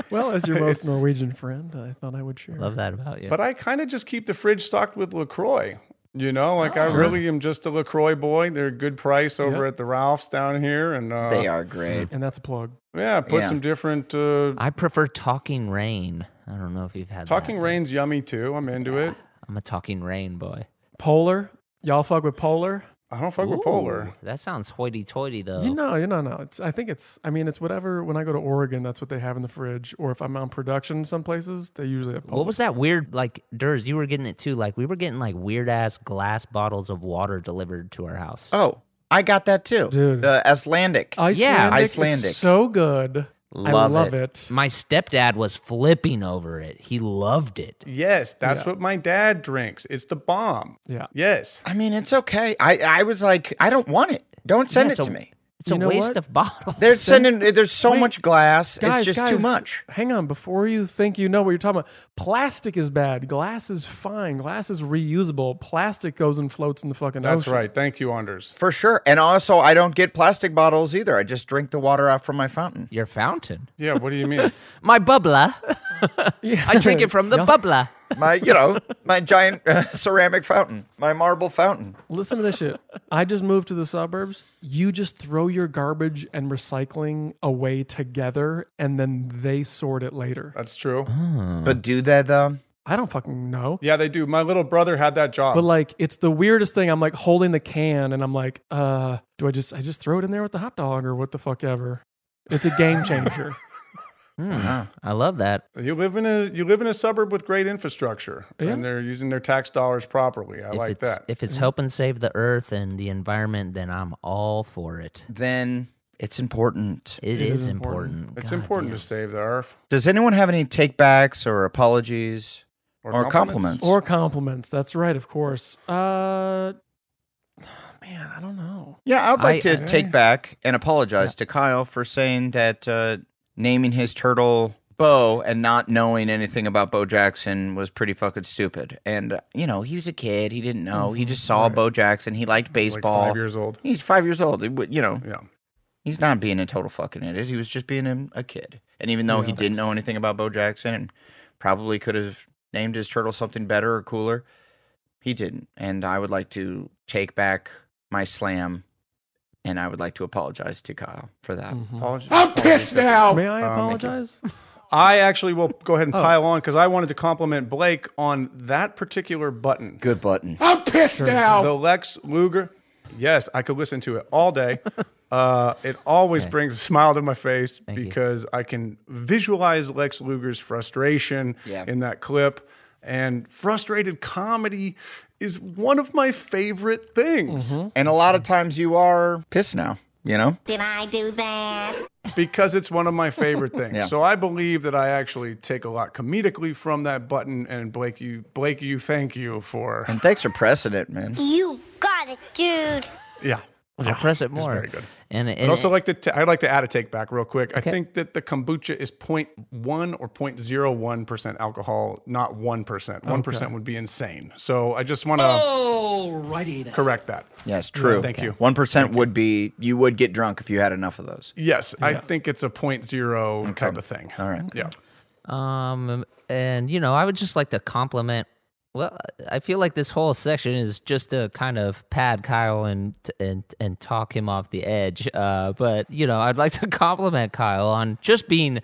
Speaker 3: Well, as your most Norwegian friend, I thought I would share.
Speaker 6: Love that about you.
Speaker 5: But I kind of just keep the fridge stocked with LaCroix. You know, like I
Speaker 7: Sure.
Speaker 5: really am just a LaCroix boy. They're a good price over
Speaker 3: Yep.
Speaker 5: at the Ralph's down here. and uh,
Speaker 7: They are great.
Speaker 3: And that's a plug.
Speaker 5: Yeah, put
Speaker 3: Yeah.
Speaker 5: some different. Uh,
Speaker 6: I prefer Talking Rain. I don't know if you've had
Speaker 5: Talking
Speaker 6: that.
Speaker 5: Rain's yummy too. I'm into it.
Speaker 6: I'm a Talking Rain boy.
Speaker 3: Polar, y'all fuck with Polar.
Speaker 5: I don't fuck with Polar.
Speaker 6: Ooh, That sounds hoity-toity, though.
Speaker 3: You know, you know, no. It's I think it's. I mean, it's whatever. When I go to Oregon, that's what they have in the fridge. Or if I'm on production, some places they usually have. Polar.
Speaker 6: What was that weird, like, Durs, you were getting it too. Like, we were getting, like, weird ass glass bottles of water delivered to our house.
Speaker 7: Oh, I got that too.
Speaker 3: Dude.
Speaker 7: The Icelandic.
Speaker 3: Icelandic.
Speaker 6: Yeah.
Speaker 3: it's
Speaker 7: Icelandic.
Speaker 3: so good. I
Speaker 7: Love
Speaker 3: love
Speaker 7: it.
Speaker 3: it.
Speaker 6: My stepdad was flipping over it. He loved it.
Speaker 5: Yes, that's
Speaker 6: Yeah.
Speaker 5: what my dad drinks. It's the bomb.
Speaker 3: Yeah.
Speaker 5: Yes.
Speaker 7: I mean, it's okay. I, I was like, I don't want it. Don't send
Speaker 5: Yeah,
Speaker 7: it
Speaker 5: it's
Speaker 7: to
Speaker 5: a-
Speaker 7: me.
Speaker 6: It's a waste of bottles.
Speaker 7: They're sending. There's so much glass. it's just too
Speaker 3: guys,
Speaker 7: much.
Speaker 3: Hang on, before you think you know what you're talking about, plastic is bad. Glass is fine. Glass is reusable. Plastic goes and floats in the fucking
Speaker 5: That's
Speaker 3: ocean.
Speaker 5: right. Thank you, Anders.
Speaker 7: For sure. And also, I don't get plastic bottles either. I just drink the water out from my fountain.
Speaker 6: Your fountain?
Speaker 5: Yeah, what do you mean?
Speaker 6: My bubbler. I drink it from the bubbler.
Speaker 7: my, you know, my giant uh, ceramic fountain, my marble fountain.
Speaker 3: Listen to this shit. I just moved to the suburbs. You just throw your garbage and recycling away together, and then they sort it later.
Speaker 5: That's true.
Speaker 7: But do they though?
Speaker 3: I don't fucking know.
Speaker 5: Yeah, they do. My little brother had that job.
Speaker 3: But like, it's the weirdest thing. I'm like holding the can, and I'm like, uh, do I just I just throw it in there with the hot dog or what the fuck ever? It's a game changer.
Speaker 7: Mm-hmm. Ah.
Speaker 6: Wow. hmm. I love that.
Speaker 5: You live in a you live in a suburb with great infrastructure,
Speaker 6: Yeah.
Speaker 5: and they're using their tax dollars properly. I
Speaker 6: if
Speaker 5: like
Speaker 6: it's,
Speaker 5: that. Hmm.
Speaker 6: If it's helping save the earth and the environment, then I'm all for it.
Speaker 7: Then it's important.
Speaker 6: It is is important. important.
Speaker 5: It's important to save the earth.
Speaker 7: Does anyone have any takebacks or apologies
Speaker 5: Or
Speaker 7: or,
Speaker 5: compliments?
Speaker 7: compliments?
Speaker 3: Or compliments. That's right, of course. Uh, man, I don't know.
Speaker 7: yeah, I'd like
Speaker 3: I-
Speaker 7: to take back and apologize to Kyle for saying that uh, naming his turtle Bo and not knowing anything about Bo Jackson was pretty fucking stupid. And uh, you know, he was a kid; he didn't know. He just saw Bo Jackson. He liked baseball.
Speaker 5: five years old.
Speaker 7: He's five years old. He would- you know,
Speaker 5: yeah.
Speaker 6: Mm-hmm.
Speaker 7: He's not being a total fucking idiot. He was just being a, a kid. And even though he
Speaker 5: Yeah.
Speaker 7: didn't know anything about Bo Jackson and probably could have named his turtle something better or cooler, he didn't. And I would like to take back my slam, and I would like to apologize to Kyle for that.
Speaker 5: Apologies.
Speaker 7: I'm
Speaker 5: pissed
Speaker 7: now!
Speaker 3: May I
Speaker 7: Um,
Speaker 3: apologize?
Speaker 5: I actually will go ahead and
Speaker 3: Oh.
Speaker 5: pile on because I wanted to compliment Blake on that particular button.
Speaker 7: Good button.
Speaker 5: I'm pissed
Speaker 12: now.
Speaker 5: The Lex Luger. Yes, I could listen to it all day. Uh, it always brings a smile to my face because I can visualize Lex Luger's frustration
Speaker 7: Yeah.
Speaker 5: in that clip. And frustrated comedy is one of my favorite things.
Speaker 7: And a lot of times you are pissed now, you know?
Speaker 20: Did I do that?
Speaker 5: because it's one of my favorite things.
Speaker 7: Yeah.
Speaker 5: So I believe that I actually take a lot comedically from that button. And Blake, you, Blake, you, thank you for.
Speaker 7: And thanks for pressing it, man.
Speaker 20: You got it, dude.
Speaker 5: Yeah.
Speaker 6: Well, press it more.
Speaker 5: very good.
Speaker 6: And,
Speaker 5: I'd
Speaker 6: and
Speaker 5: also like to. T- I'd like to add a take back real quick. I think that the kombucha is 0.1 or 0.01 percent alcohol, not one percent. One percent
Speaker 17: Okay.
Speaker 5: would be insane. So I just want to
Speaker 17: Alrighty then.
Speaker 5: correct that.
Speaker 7: Yes, true.
Speaker 5: Thank you.
Speaker 7: 1% would be, you would get drunk if you had enough of those.
Speaker 5: Yes, I
Speaker 7: Yeah.
Speaker 5: think it's a 0.0 type of thing.
Speaker 7: All right.
Speaker 5: Yeah.
Speaker 6: Um, and you know, I would just like to compliment. Well, I feel like this whole section is just to kind of pad Kyle and and and talk him off the edge. Uh, but you know, I'd like to compliment Kyle on just being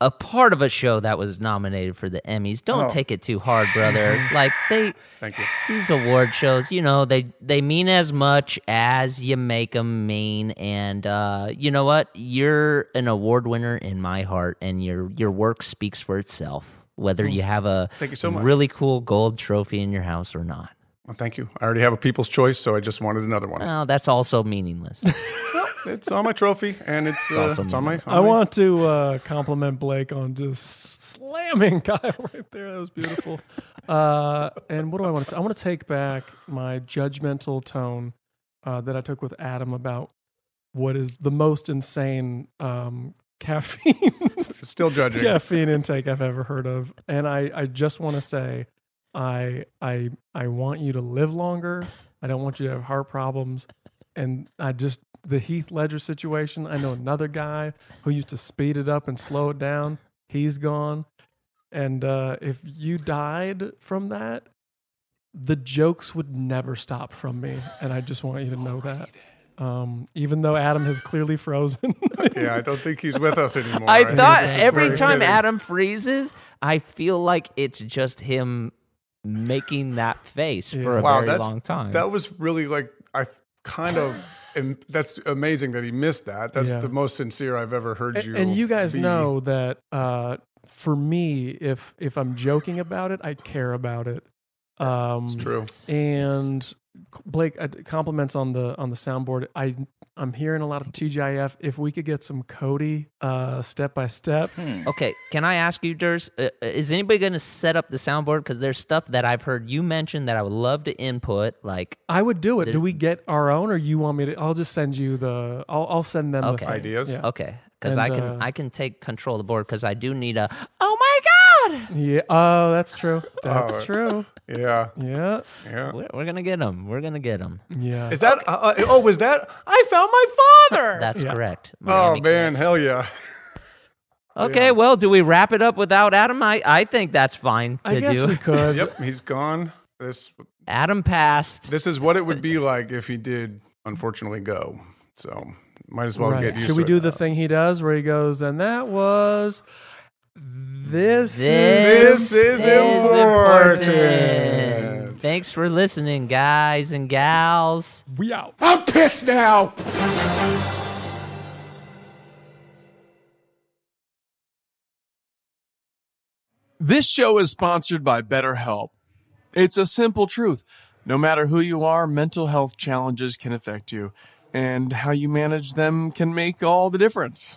Speaker 6: a part of a show that was nominated for the Emmys. Don't
Speaker 18: Oh.
Speaker 6: take it too hard, brother. Like they,
Speaker 5: Thank you.
Speaker 6: these award shows, you know, they they mean as much as you make them mean. And uh, you know what? You're an award winner in my heart, and your your work speaks for itself. Whether you have a
Speaker 5: Hmm. Thank you so much.
Speaker 6: really cool gold trophy in your house or not,
Speaker 5: Well, thank you. I already have a People's Choice, so I just wanted another one.
Speaker 6: well, that's also meaningless.
Speaker 5: It's on my trophy, and it's, uh,
Speaker 6: awesome.
Speaker 5: it's on my. on
Speaker 3: I
Speaker 5: my-
Speaker 3: want to uh, compliment Blake on just slamming Kyle right there. That was beautiful. Uh, and what do I want to? I want to take back my judgmental tone uh, that I took with Adam about what is the most insane um, caffeine.
Speaker 5: Still judging.
Speaker 3: caffeine intake I've ever heard of. And I, I just want to say, I, I, I want you to live longer. I don't want you to have heart problems. And I just the Heath Ledger situation. I know another guy who used to speed it up and slow it down. He's gone. And uh, if you died from that, the jokes would never stop from me, and I just want you
Speaker 5: Oh,
Speaker 3: to know that. Um, even though Adam has clearly frozen.
Speaker 5: Yeah, I don't think he's with us anymore.
Speaker 6: I
Speaker 5: think
Speaker 6: thought
Speaker 5: this is
Speaker 6: every
Speaker 5: where-
Speaker 6: time Adam freezes, I feel like it's just him making that face for a very
Speaker 5: that's,
Speaker 6: long time.
Speaker 5: That was really like I kind of. am- that's amazing that he missed that. That's
Speaker 3: Yeah.
Speaker 5: the most sincere I've ever heard
Speaker 3: and,
Speaker 5: you.
Speaker 3: and you guys
Speaker 5: be.
Speaker 3: know that uh, for me, if if I'm joking about it, I care about it. Um, it's
Speaker 5: true.
Speaker 3: And Blake uh, compliments on the on the soundboard. I I'm hearing a lot of TGIF. If we could get some Cody uh, step by step,
Speaker 6: Okay, can I ask you, Durs? Uh, is anybody going to set up the soundboard? Because there's stuff that I've heard you mention that I would love to input. Like,
Speaker 3: I would do it.
Speaker 6: There-
Speaker 3: Do we get our own, or you want me to? I'll just send you the. I'll I'll send them
Speaker 6: okay,
Speaker 3: the thing. Yeah.
Speaker 6: Okay, because
Speaker 3: And,
Speaker 6: I can
Speaker 3: uh,
Speaker 6: I can take control of the board because I do need a. Oh my god!
Speaker 3: yeah. Oh, that's true. That's
Speaker 6: Oh,
Speaker 3: true.
Speaker 5: Yeah.
Speaker 3: Yeah.
Speaker 5: Yeah.
Speaker 6: We're, we're gonna get them. We're gonna get them.
Speaker 3: Yeah.
Speaker 5: Is that? Uh, uh, oh, was that? I found my father.
Speaker 6: That's correct.
Speaker 5: oh man, hell yeah.
Speaker 6: Okay, well, do we wrap it up without Adam? I, I think that's fine to do.
Speaker 5: yep, he's gone. This
Speaker 6: Adam passed.
Speaker 5: This is what it would be like if he did unfortunately go. So might as well
Speaker 3: Right.
Speaker 5: get used
Speaker 3: Should we
Speaker 5: to
Speaker 3: do
Speaker 5: it.
Speaker 3: the thing he does where he goes, and that was this?
Speaker 6: This,
Speaker 3: is,
Speaker 6: important.
Speaker 3: important."
Speaker 6: Thanks for listening, guys and gals.
Speaker 3: We out.
Speaker 12: I'm pissed now.
Speaker 3: This show is sponsored by BetterHelp. It's a simple truth. No matter who you are, mental health challenges can affect you, and how you manage them can make all the difference.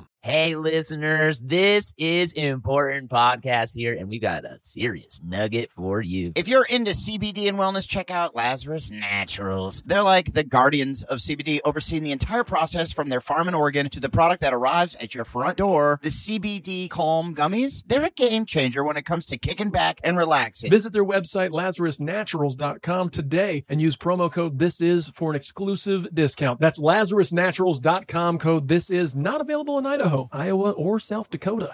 Speaker 6: Hey, listeners, this is important podcast here, and we got a serious nugget for you.
Speaker 4: If you're into CBD and wellness, check out Lazarus Naturals. They're like the guardians of CBD, overseeing the entire process from their farm in Oregon to the product that arrives at your front door. The CBD Calm Gummies, they're a game changer when it comes to kicking back and relaxing.
Speaker 3: Visit their website, LazarusNaturals.com, today and use promo code This Is for an exclusive discount. That's LazarusNaturals.com code This Is, not available in Idaho, Iowa, or South Dakota.